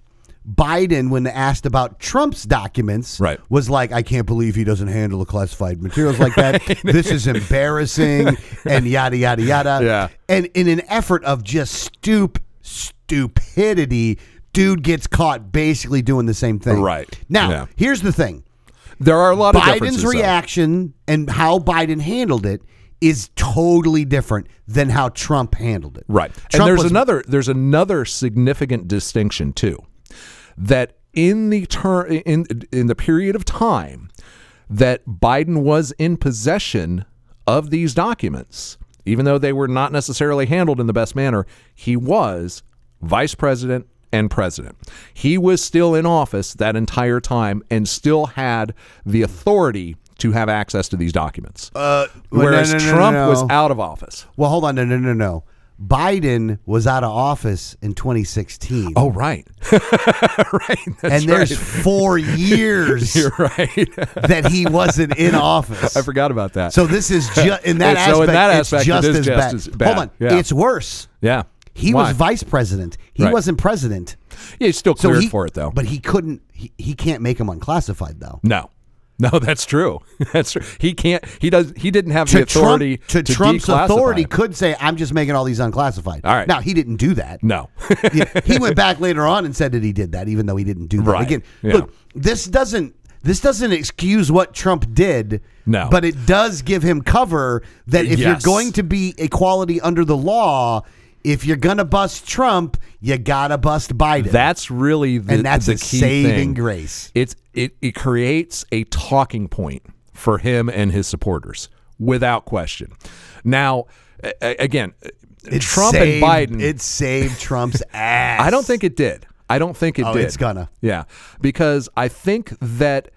Biden, when asked about Trump's documents,
Right.
was like, I can't believe he doesn't handle the classified materials like that. This is embarrassing, and yada, yada, yada.
Yeah.
And in an effort of just stoop, stupidity, dude gets caught basically doing the same thing.
Right.
Now,
Yeah.
here's the thing
there are a lot of
Biden's
differences, though.
reaction and how Biden handled it is totally different than how Trump handled it.
Right.
Trump
and there's
was-
another there's another significant distinction too. That in the ter- in in the period of time that Biden was in possession of these documents, even though they were not necessarily handled in the best manner, he was vice president and president. He was still in office that entire time and still had the authority to have access to these documents.
well, no,
Whereas
Uh, no, no, no,
Trump was
no.
out of office.
Well, hold on. No, no, no, no. Biden was out of office in 2016.
Oh, right. right.
and there's four years
You're right.
that he wasn't in office.
I forgot about that.
So this is just in that aspect.
So in that aspect,
it's
it
just,
is
as,
just
bad.
as bad.
Hold on,
Yeah.
it's worse.
yeah,
He
Why?
was vice president. He
Right.
wasn't president.
Yeah, he's still
So
cleared
he,
for it though.
but he couldn't. He, he can't make him unclassified though.
no, no, that's true. That's true. He can't. He does. He didn't have the
To Trump-
authority
to, Trump's
declassify
authority
it.
could say, "I'm just making all these unclassified."
All right.
Now he didn't do that.
No.
yeah, he went back later on and said that he did that, even though he didn't do that.
Right.
Again,
Yeah.
look, this doesn't this doesn't excuse what Trump did.
No.
but it does give him cover that if
Yes.
you're going to be equality under the law, if you're gonna bust Trump, you gotta bust Biden.
That's really the
And that's
the
his
key
saving
thing.
grace.
It's it it creates a talking point for him and his supporters without question. Now, a- a- again,
It
Trump
saved-
and Biden.
It saved Trump's ass.
I don't think it did. I don't think it
Oh,
did.
it's gonna.
Yeah, because I think that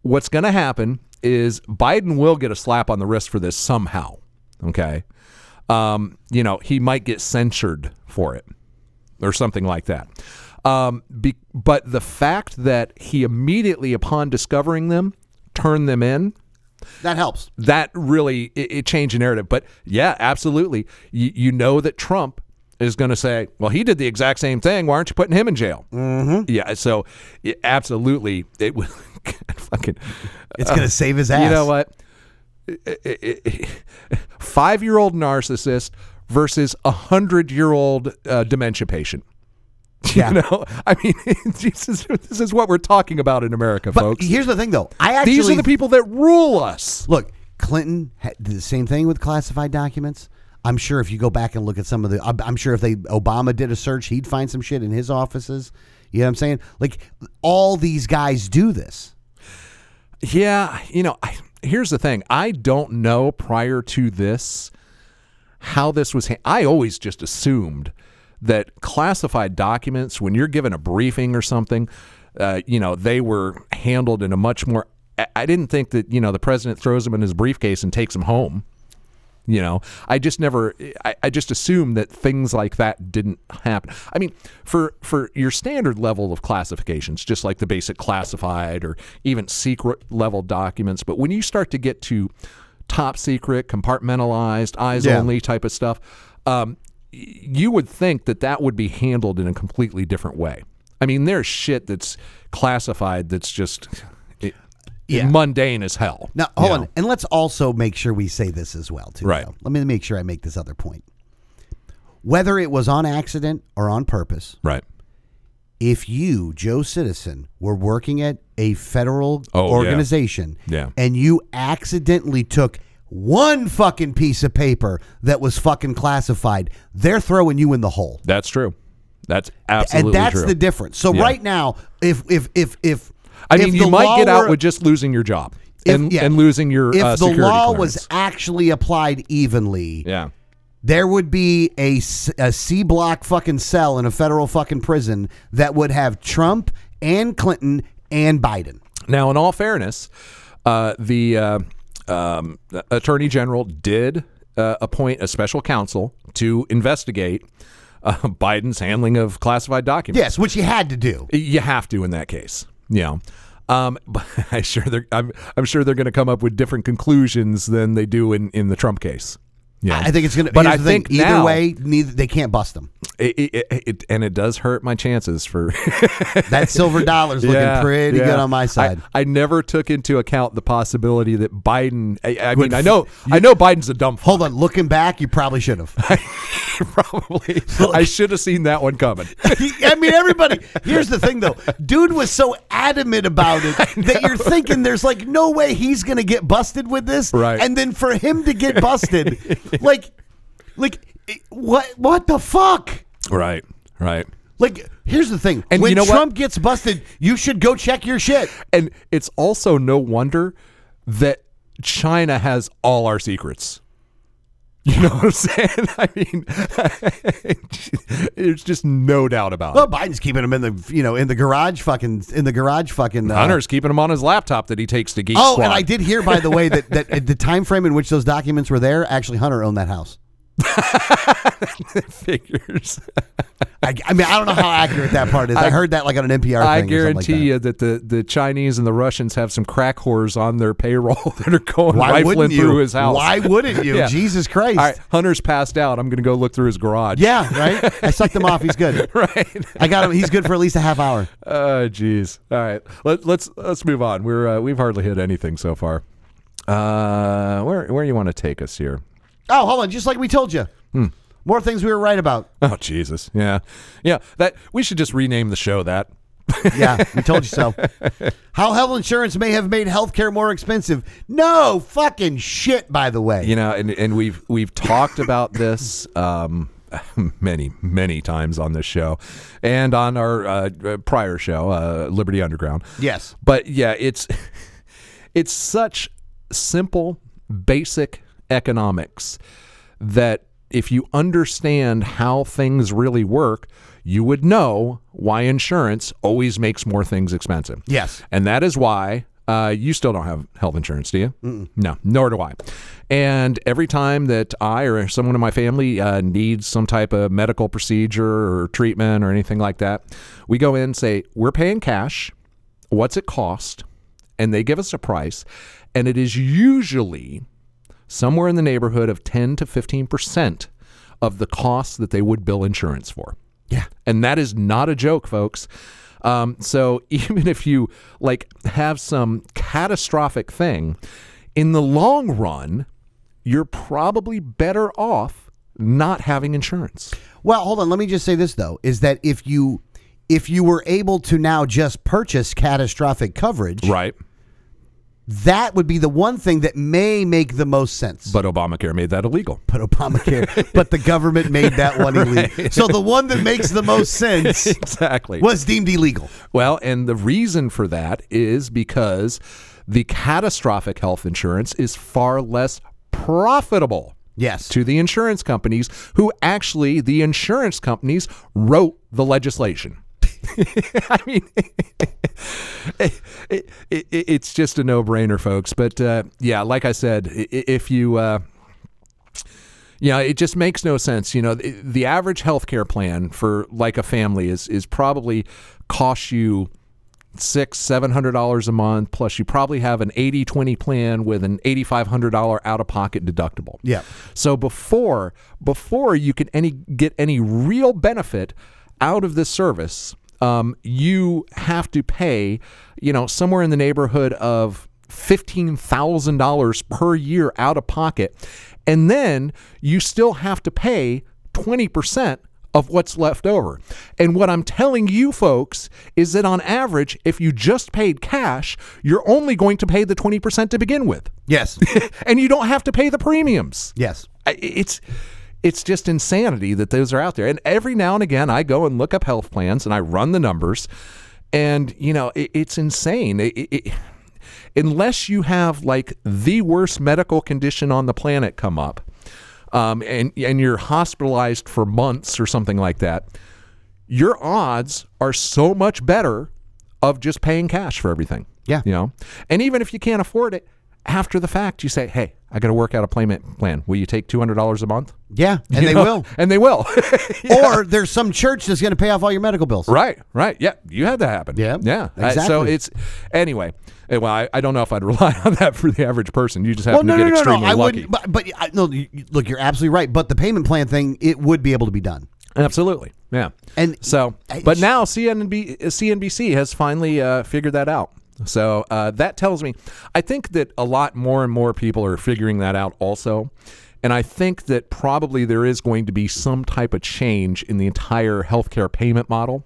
what's going to happen is Biden will get a slap on the wrist for this somehow. Okay, um, you know he might get censured for it or something like that. Um, be, but the fact that he immediately upon discovering them turned them in
That helps.
that really it, it changed the narrative. But yeah, absolutely. You, you know that Trump is going to say, "Well, he did the exact same thing. Why aren't you putting him in jail?" Mm-hmm. Yeah. So it, absolutely, it will fucking. uh,
It's going to save his ass.
You know what? Five year old narcissist versus a hundred year old uh, dementia patient.
Yeah.
You know, I mean, this is, this is what we're talking about in America,
But
folks.
here's the thing, though. I actually
These are the people that rule us.
Look, Clinton had did the same thing with classified documents. I'm sure if you go back and look at some of the, I'm, I'm sure if they Obama did a search, he'd find some shit in his offices. You know what I'm saying? Like all these guys do this.
Yeah, you know, I, here's the thing. I don't know prior to this how this was. Ha- I always just assumed that classified documents, when you're given a briefing or something, uh, you know, they were handled in a much more. I- I didn't think that you know the president throws them in his briefcase and takes them home. You know, I just never, I, I just assumed that things like that didn't happen. I mean, for for your standard level of classifications, just like the basic classified or even secret level documents, but when you start to get to top secret, compartmentalized, eyes
Yeah.
only type of stuff, um, y- you would think that that would be handled in a completely different way. I mean, there's shit that's classified that's just it,
Yeah.
mundane as hell.
Now, hold
you
on,
know?
and let's also make sure we say this as well, too.
Right.
though. Let me make sure I make this other point. Whether it was on accident or on purpose,
Right.
if you, Joe Citizen, were working at a federal
Oh, yeah.
organization
Yeah.
and you accidentally took one fucking piece of paper that was fucking classified, they're throwing you in the hole.
That's true. That's absolutely
and that's
true.
the difference. So
Yeah.
right now, if if if if
I
if
mean,
the
you might
law
get out
were-
with just losing your job
if-
and,
yeah.
and losing your
if
uh,
the
security
law
clearance.
was actually applied evenly,
yeah,
there would be a, s- a C block fucking cell in a federal fucking prison that would have Trump and Clinton and Biden.
Now, in all fairness, uh, the uh, um, the attorney general did uh, appoint a special counsel to investigate uh, Biden's handling of classified documents.
Yes, which he had to do.
You have to in that case. Yeah. Um, but I sure they're, I'm, I'm sure they're going to come up with different conclusions than they do in, in the Trump case. Yeah.
I think it's going to.
But I
the thing,
think
either
now-
way, neither they can't bust them.
It, it, it, it, and it does hurt my chances for
That silver dollar's looking
Yeah,
pretty
yeah.
good on my side.
I, I never took into account the possibility that Biden. I, I mean,
Would
I
f-
know, I know, Biden's a dumb fuck.
Hold on, looking back, you probably should have.
Probably, I should have seen that one coming.
I mean, everybody. Here's the thing, though. Dude was so adamant about it that you're thinking there's like no way he's going to get busted with this,
Right.
And then for him to get busted, like, like it- what? What the fuck?
right, right.
Like, here's the thing.
And
when
you know what?
Trump gets busted, you should go check your shit.
And it's also no wonder that China has all our secrets. You know what I'm saying? I mean, there's just no doubt about
Well,
it.
Biden's keeping him in the you know in the garage fucking in the garage fucking. Uh,
Hunter's keeping him on his laptop that he takes to Geek
Oh,
Squad.
and I did hear, by the way, that, that at the time frame in which those documents were there, actually Hunter owned that house.
figures.
I, I mean, I don't know how accurate that part is. I, heard that like on an NPR. thing
I
or something
guarantee
like that.
you that the, the Chinese and the Russians have some crack whores on their payroll that are going
Why
rifling
wouldn't you?
through his house.
Why wouldn't you?
Yeah.
Jesus Christ!
All right, Hunter's passed out. I'm going to go look through his garage.
Yeah, right. I sucked him off. He's good.
Right.
I got him. He's good for at least a half hour.
Oh, jeez. All right. Let, let's let's move on. We're uh, we've hardly hit anything so far. Uh, where where you want to take us here?
Oh, hold on. Just like we told you,
Hmm.
more things we were right about.
Oh, Jesus. Yeah, yeah. That we should just rename the show that.
Yeah, we told you so. How health insurance may have made healthcare more expensive. No fucking shit. By the way,
You know, and, and we've we've talked about this um, many many times on this show, and on our uh, prior show, uh, Liberty Underground.
Yes.
but yeah, it's it's such simple, basic economics that if you understand how things really work, you would know why insurance always makes more things expensive.
Yes.
And that is why uh, you still don't have health insurance, do you? No, nor do I. And every time that I or someone in my family uh, needs some type of medical procedure or treatment or anything like that, we go in and say, We're paying cash. What's it cost? And they give us a price. And it is usually somewhere in the neighborhood of 10 to 15% of the cost that they would bill insurance for.
Yeah.
And that is not a joke, folks. Um, so even if you like have some catastrophic thing, in the long run, you're probably better off not having insurance.
Well, hold on. Let me just say this though: is that if you if you were able to now just purchase catastrophic coverage,
Right.
that would be the one thing that may make the most sense.
But Obamacare made that illegal.
But Obamacare, but the government made that one illegal. So the one that makes the most sense
Exactly.
was deemed illegal.
Well, and the reason for that is because the catastrophic health insurance is far less profitable
Yes.
to the insurance companies who actually the insurance companies wrote the legislation. I mean, it, it, it, it's just a no-brainer, folks. But uh, yeah, like I said, i- i- if you uh, you know, it just makes no sense. You know, the, the average healthcare plan for like a family is is probably costs you six, seven hundred dollars a month. Plus, you probably have an 80-20 plan with an eighty-five hundred dollar out-of-pocket deductible.
Yeah.
So before before you can any get any real benefit out of this service, um, you have to pay, you know, somewhere in the neighborhood of fifteen thousand dollars per year out of pocket, and then you still have to pay twenty percent of what's left over. And what I'm telling you folks is that on average, if you just paid cash, you're only going to pay the 20% to begin with.
Yes.
and you don't have to pay the premiums.
Yes.
I- it's it's just insanity that those are out there. And every now and again, I go and look up health plans and I run the numbers, and you know it, it's insane. It- it- it- unless you have like the worst medical condition on the planet come up, um, and and you're hospitalized for months or something like that, your odds are so much better of just paying cash for everything.
Yeah.
You know? And even if you can't afford it, after the fact, you say, hey, I got to work out a payment plan. Will you take $200 a month?
Yeah. And
You
they
know?
will.
And they will.
Or there's some church that's going to pay off all your medical bills.
right, right. Yeah. You had that happen.
Yeah,
Yeah. I- so
exactly.
it's, anyway, eh, well, I, I don't know if I'd rely on that for the average person. You just happen
Well, no,
to
Oh, no,
get
no, no.
extremely
I
lucky.
wouldn't. But, but I, no, you, you- look, you're absolutely right. But the payment plan thing, it would be able to be done.
Absolutely. Yeah.
And-
so,
I-
but now CNB, CNBC has finally uh, figured that out. So uh, that tells me, I think that a lot more and more people are figuring that out also. And I think that probably there is going to be some type of change in the entire healthcare payment model.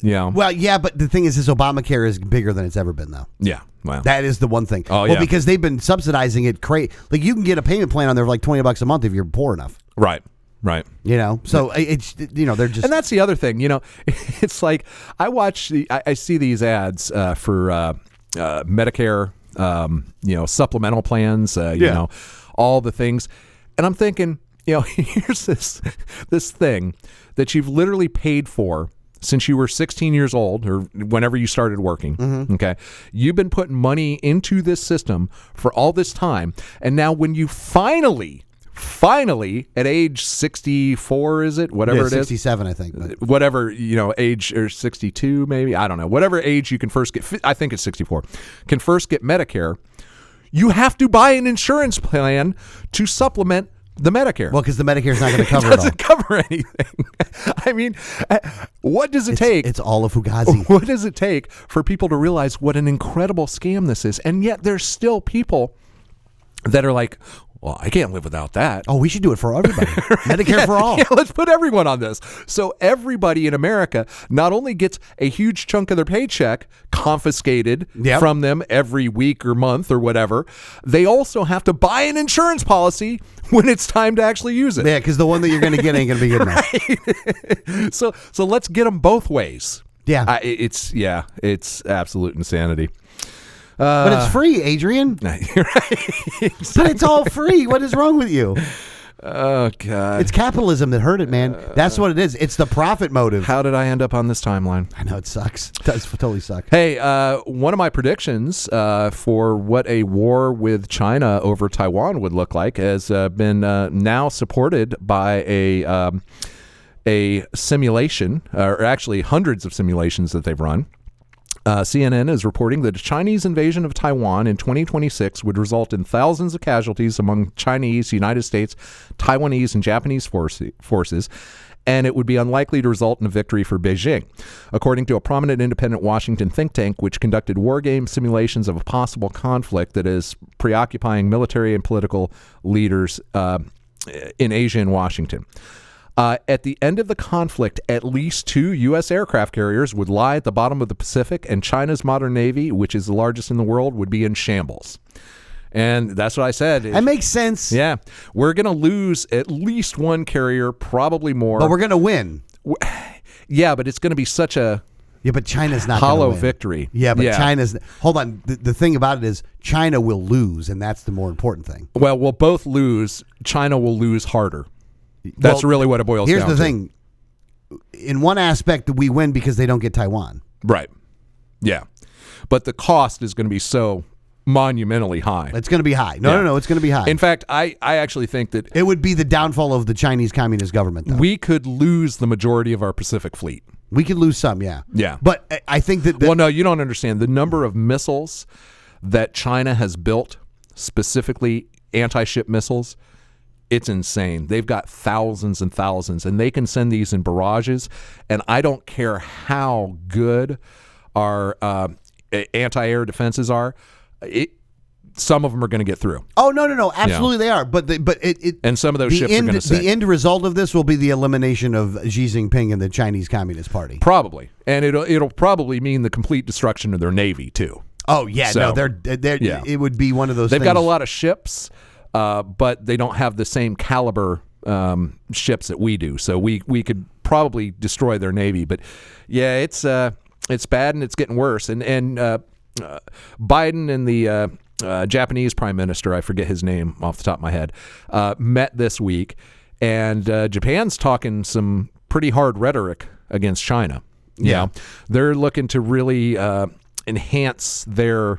Yeah.
Well, yeah, but the thing is, this Obamacare is bigger than it's ever been, though.
yeah. Wow.
That is the one thing.
Oh,
well,
yeah.
because they've been subsidizing it. Cra- like you can get a payment plan on there for like twenty bucks a month if you're poor enough.
right. Right.
You know, so i- it's you know they're just
And that's the other thing, you know, it's like I watch the, I, I see these ads uh, for uh, uh, Medicare, um, you know, supplemental plans, uh, you
Yeah.
know, all the things, and I'm thinking, you know, here's this this thing that you've literally paid for since you were 16 years old or whenever you started working.
Mm-hmm.
Okay, you've been putting money into this system for all this time, and now when you finally Finally, at age 64, is it? Whatever it is
sixty-seven, I think. But.
whatever you know age or 62 maybe i don't know whatever age you can first get i think it's 64 can first get medicare you have to buy an insurance plan to supplement the medicare
Well, because the Medicare's not going to cover it all.
doesn't cover anything i mean uh, what does it take
It's all of Fugazi.
what does it take for people to realize what an incredible scam this is and yet there's still people that are like well i can't live without that
Oh, we should do it for everybody. Medicare for all.
yeah, let's put everyone on this. So everybody in America not only gets a huge chunk of their paycheck confiscated
Yep.
from them every week or month or whatever, they also have to buy an insurance policy when it's time to actually use it.
Yeah, because the one that you're going to get ain't going to be good enough.
So so let's get them both ways.
Yeah.
I- it's yeah, it's absolute insanity.
but
Uh,
it's free, Adrian. But it's all free. What is wrong with you?
oh god.
It's capitalism that hurt it, man. That's what it is. It's the profit motive.
How did I end up on this timeline?
I know it sucks. It does totally suck.
Hey, uh, one of my predictions uh, for what a war with China over Taiwan would look like has uh, been uh, now supported by a um, a simulation, or actually hundreds of simulations that they've run. Uh, CNN is reporting that a Chinese invasion of Taiwan in 2026 would result in thousands of casualties among Chinese, United States, Taiwanese, and Japanese force- forces, and it would be unlikely to result in a victory for Beijing. According to a prominent independent Washington think tank, which conducted war game simulations of a possible conflict that is preoccupying military and political leaders uh, in Asia and Washington. Uh, at the end of the conflict, at least two U.S. aircraft carriers would lie at the bottom of the Pacific, and China's modern navy, which is the largest in the world, would be in shambles. And that's what I said.
That makes sense.
yeah, we're going to lose at least one carrier, probably more.
But we're going to win.
yeah, but it's going to be such a
Yeah, but China's not gonna
hollow
win.
victory.
Yeah, but China's. Hold on. The, the thing about it is, China will lose, and that's the more important thing.
Well, we'll both lose. China will lose harder. That's
Well,
really what it boils
Here's
down
the
to.
thing. In one aspect, we win because they don't get Taiwan.
Right. Yeah. But the cost is going to be so monumentally high.
It's going to be high. No,
Yeah.
no, no. It's going to be high.
In fact, I, I actually think that
it would be the downfall of the Chinese Communist government. Though.
we could lose the majority of our Pacific fleet.
We could lose some, yeah.
Yeah.
But I- I think that the,
well, no, you don't understand the number of missiles that China has built, specifically anti-ship missiles. It's insane. They've got thousands and thousands, and they can send these in barrages. And I don't care how good our uh, a- anti-air defenses are. It, some of them are going to get through,
oh no, no, no, absolutely they are. But the, but it, it
and some of those
the
ships
end
are going to sink.
the end result of this will be the elimination of Xi Jinping and the Chinese Communist Party.
Probably, and it'll it'll probably mean the complete destruction of their navy too.
Oh yeah,
So-
no, they're they're
Yeah.
it would be one of those.
They've got a
things-
lot of ships, uh, but they don't have the same caliber um, ships that we do. So we we could probably destroy their navy. But yeah, it's uh, it's bad and it's getting worse. And and uh, uh, Biden and the uh, uh, Japanese Prime Minister, I forget his name off the top of my head, uh, met this week, and uh, Japan's talking some pretty hard rhetoric against China.
Yeah.
yeah, they're looking to really uh, enhance their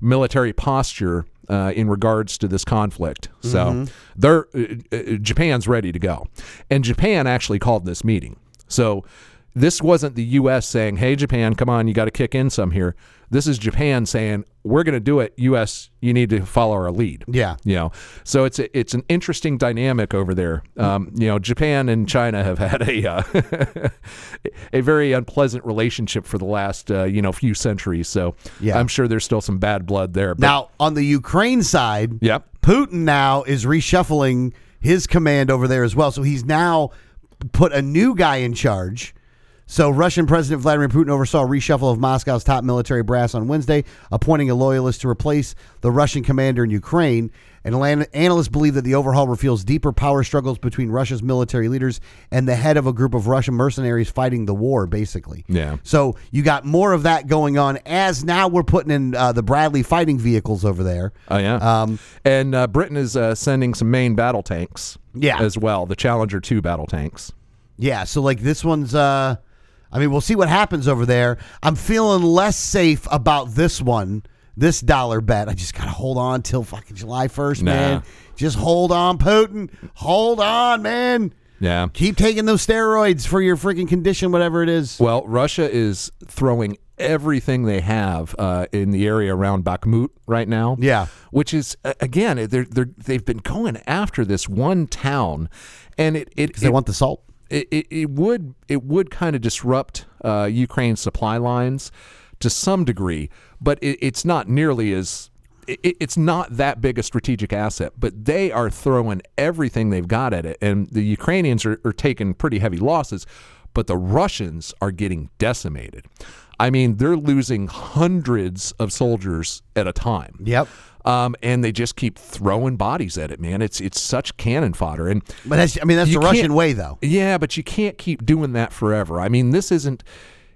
military posture uh, in regards to this conflict. So
Mm-hmm.
they're uh, uh, Japan's ready to go, and Japan actually called this meeting. So this wasn't the U.S. saying, "Hey, Japan, come on, you got to kick in some here." This is Japan saying, "We're going to do it, U.S. You need to follow our lead."
Yeah.
you know. So it's a, it's an interesting dynamic over there. Um, you know, Japan and China have had a uh, a very unpleasant relationship for the last uh, you know few centuries. So
Yeah.
I'm sure there's still some bad blood there. But,
Now on the Ukraine side,
Yep.
Putin now is reshuffling his command over there as well. So he's now put a new guy in charge. So Russian President Vladimir Putin oversaw a reshuffle of Moscow's top military brass on Wednesday, appointing a loyalist to replace the Russian commander in Ukraine. And lan- analysts believe that the overhaul reveals deeper power struggles between Russia's military leaders and the head of a group of Russian mercenaries fighting the war, basically.
Yeah.
So you got more of that going on as now we're putting in uh, the Bradley fighting vehicles over there.
Oh yeah.
Um,
and uh, Britain is uh, sending some main battle tanks.
Yeah.
As well, the Challenger two battle tanks.
Yeah, so like this one's uh I mean, we'll see what happens over there. I'm feeling less safe about this one, this dollar bet. I just got to hold on till fucking July 1st,
Nah.
man. Just hold on, Putin. Hold on, man.
Yeah.
Keep taking those steroids for your freaking condition whatever it is.
Well, Russia is throwing everything they have uh, in the area around Bakhmut right now.
Yeah.
which is a- again they're, they're they've been going after this one town, and it it
They
it,
want the salt.
it, it, it would it would kind of disrupt uh, Ukraine's supply lines to some degree, but it, it's not nearly as it, it- it's not that big a strategic asset. But they are throwing everything they've got at it, and the Ukrainians are, are taking pretty heavy losses, but the Russians are getting decimated. I mean, they're losing hundreds of soldiers at a time.
Yep.
Um, and they just keep throwing bodies at it, man. It's it's such cannon fodder, and
But that's I mean, that's
you
the Russian
can't-
way though.
Yeah, but you can't keep doing that forever. I mean, this isn't.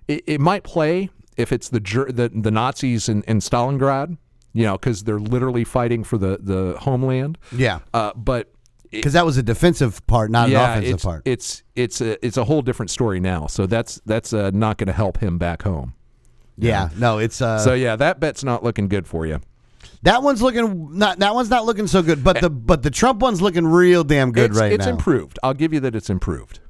It, it might play if it's the Ger- the, the Nazis in, in Stalingrad, you know, because they're literally fighting for the the homeland.
Yeah.
Uh, but it,
Cuz that was a defensive part, not
yeah,
an offensive
it's,
part.
it's it's a it's a whole different story now. So that's that's uh, not going to help him back home.
yeah. No, it's uh
So yeah, that bet's not looking good for you.
That one's looking not that one's not looking so good, but the but the Trump one's looking real damn good
Eh. it's,
right
it's
now.
improved. I'll give you that. It's improved.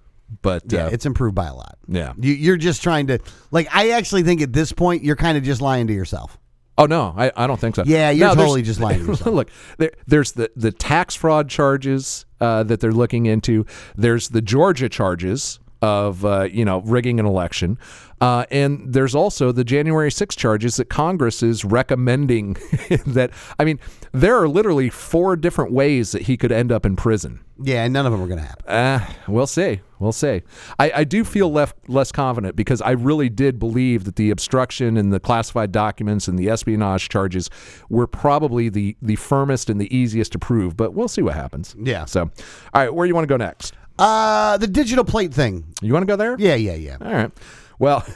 But
Yeah,
uh,
it's improved by a lot.
Yeah.
You, you're just trying to like. I actually think at this point you're kind of just lying to yourself.
oh no, I, I don't think so.
Yeah, you're
No, there's-
totally just lying to yourself.
Look, there, there's the, the tax fraud charges uh, that they're looking into. There's the Georgia charges of uh, you know rigging an election, uh, and there's also the January 6 charges that Congress is recommending. that I mean, there are literally four different ways that he could end up in prison.
Yeah, and none of them are going to happen.
Uh, we'll see. We'll see. I, I do feel left less confident because I really did believe that the obstruction and the classified documents and the espionage charges were probably the, the firmest and the easiest to prove, but we'll see what happens.
Yeah.
So, all right, where you want to go next?
Uh, the digital plate thing.
You want to go there?
Yeah, yeah, yeah.
All right. Well,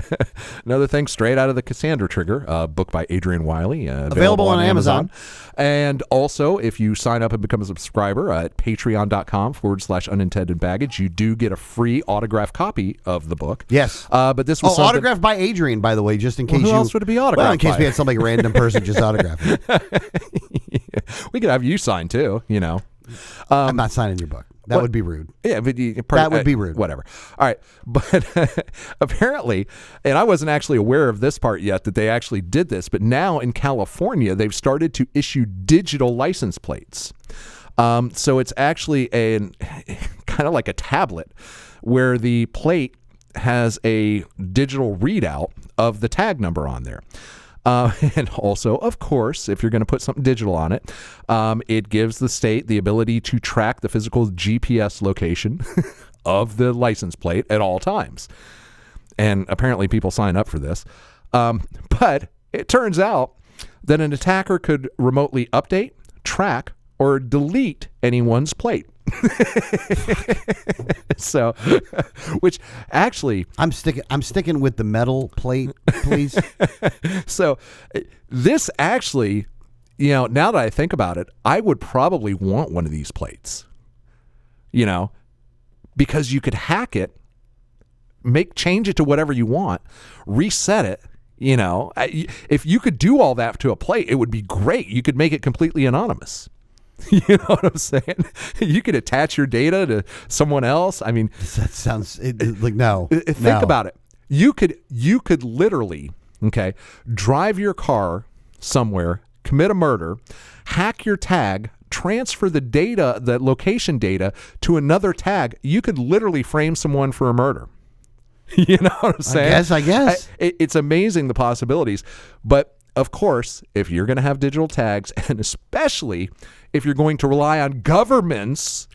another thing straight out of the Cassandra Trigger, a book by Adrian Wiley, uh, available,
on
And also, if you sign up and become a subscriber uh, at patreon.com forward slash unintended baggage, you do get a free autographed copy of the book.
Yes.
Uh, but this was
Oh,
something-
autographed by Adrian, by the way, just in case
who
you.
else would it be autographed
Well, in case
by?
we had some like random person just autograph it.
we could have you sign too, you know. Um,
I'm not signing your book. That would be rude.
Yeah, but you, uh,
That would be rude.
Whatever. All right, but apparently, and I wasn't actually aware of this part yet that they actually did this. But now in California, they've started to issue digital license plates. Um, so it's actually a kind of like a tablet where the plate has a digital readout of the tag number on there. Uh, and also, of course, if you're going to put something digital on it, um, it gives the state the ability to track the physical GPS location of the license plate at all times. And apparently, people sign up for this. Um, but it turns out that an attacker could remotely update, track, or delete anyone's plate. so, which actually,
I'm sticking. I'm sticking with the metal plate, please.
So uh, this actually, you know, now that I think about it, I would probably want one of these plates. You know, because you could hack it, make change it to whatever you want, reset it. You know, I- y- if you could do all that to a plate, it would be great. You could make it completely anonymous. You know what I'm saying? You could attach your data to someone else. I mean,
that sounds it, it- like no.
I- I- Think about it. You could you could literally okay drive your car somewhere, commit a murder, hack your tag, transfer the data, the location data to another tag. You could literally frame someone for a murder. You know what I'm saying?
guess, I guess.
it, it's amazing the possibilities. But of course, if you're going to have digital tags, and especially if you're going to rely on governments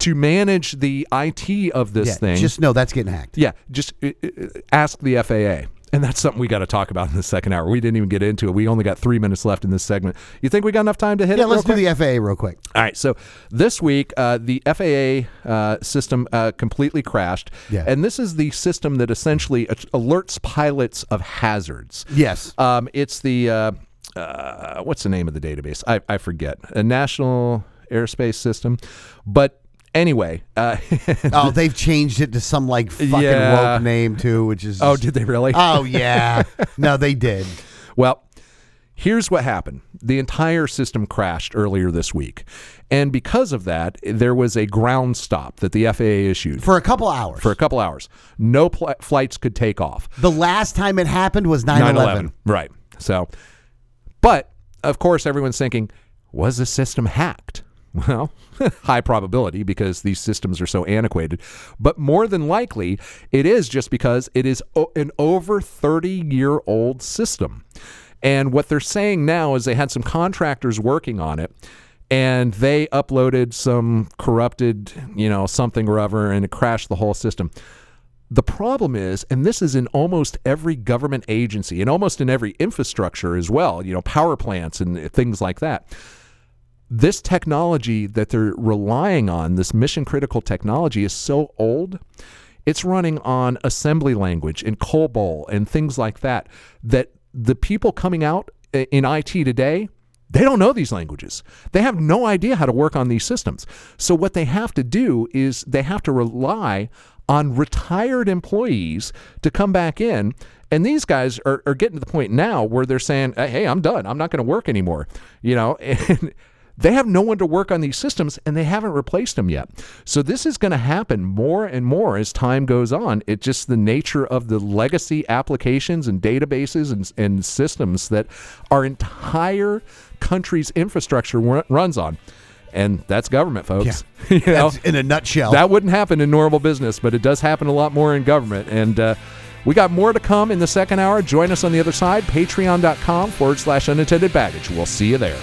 to manage the IT of this
Yeah,
thing,
just no. That's getting hacked.
yeah, just uh, uh, ask the FAA. And that's something we got to talk about in the second hour. We didn't even get into it. We only got three minutes left in this segment. You think we got enough time to hit
Yeah,
it?
let's
real quick?
do the FAA real quick.
All right. So this week, uh, the FAA uh, system uh, completely crashed.
Yeah.
And this is the system that essentially a- alerts pilots of hazards.
Yes.
Um, it's the uh, uh, what's the name of the database? I, I forget. A National Airspace System. But anyway, uh,
Oh, they've changed it to some like fucking
Yeah.
woke name too, which is
oh, did they really?
Oh yeah. no, they did.
Well, here's what happened the entire system crashed earlier this week. And because of that, there was a ground stop that the FAA issued
For a couple hours.
for a couple hours. No pl- flights could take off.
the last time it happened was
9
9/11.
Right. So, but of course, everyone's thinking, was the system hacked? Well, high probability because these systems are so antiquated. But more than likely, it is just because it is o- an over 30 year old system. And what they're saying now is they had some contractors working on it and they uploaded some corrupted, you know, something or other and it crashed the whole system. The problem is, and this is in almost every government agency and almost in every infrastructure as well, you know, power plants and things like that. This technology that they're relying on, this mission critical technology, is so old. It's running on assembly language and COBOL and things like that. That the people coming out i- in IT today, they don't know these languages. They have no idea how to work on these systems. So, what they have to do is they have to rely on retired employees to come back in. And these guys are, are getting to the point now where they're saying, hey, I'm done. I'm not going to work anymore. You know, and They have no one to work on these systems and they haven't replaced them yet. So this is going to happen more and more as time goes on. It's just the nature of the legacy applications and databases and, and systems that our entire country's infrastructure run- runs on. And that's government, folks. you know?
That's in a nutshell.
That wouldn't happen in normal business, but it does happen a lot more in government. And uh, we got more to come in the second hour. Join us on the other side, patreon.com forward slash unintended baggage. We'll see you there.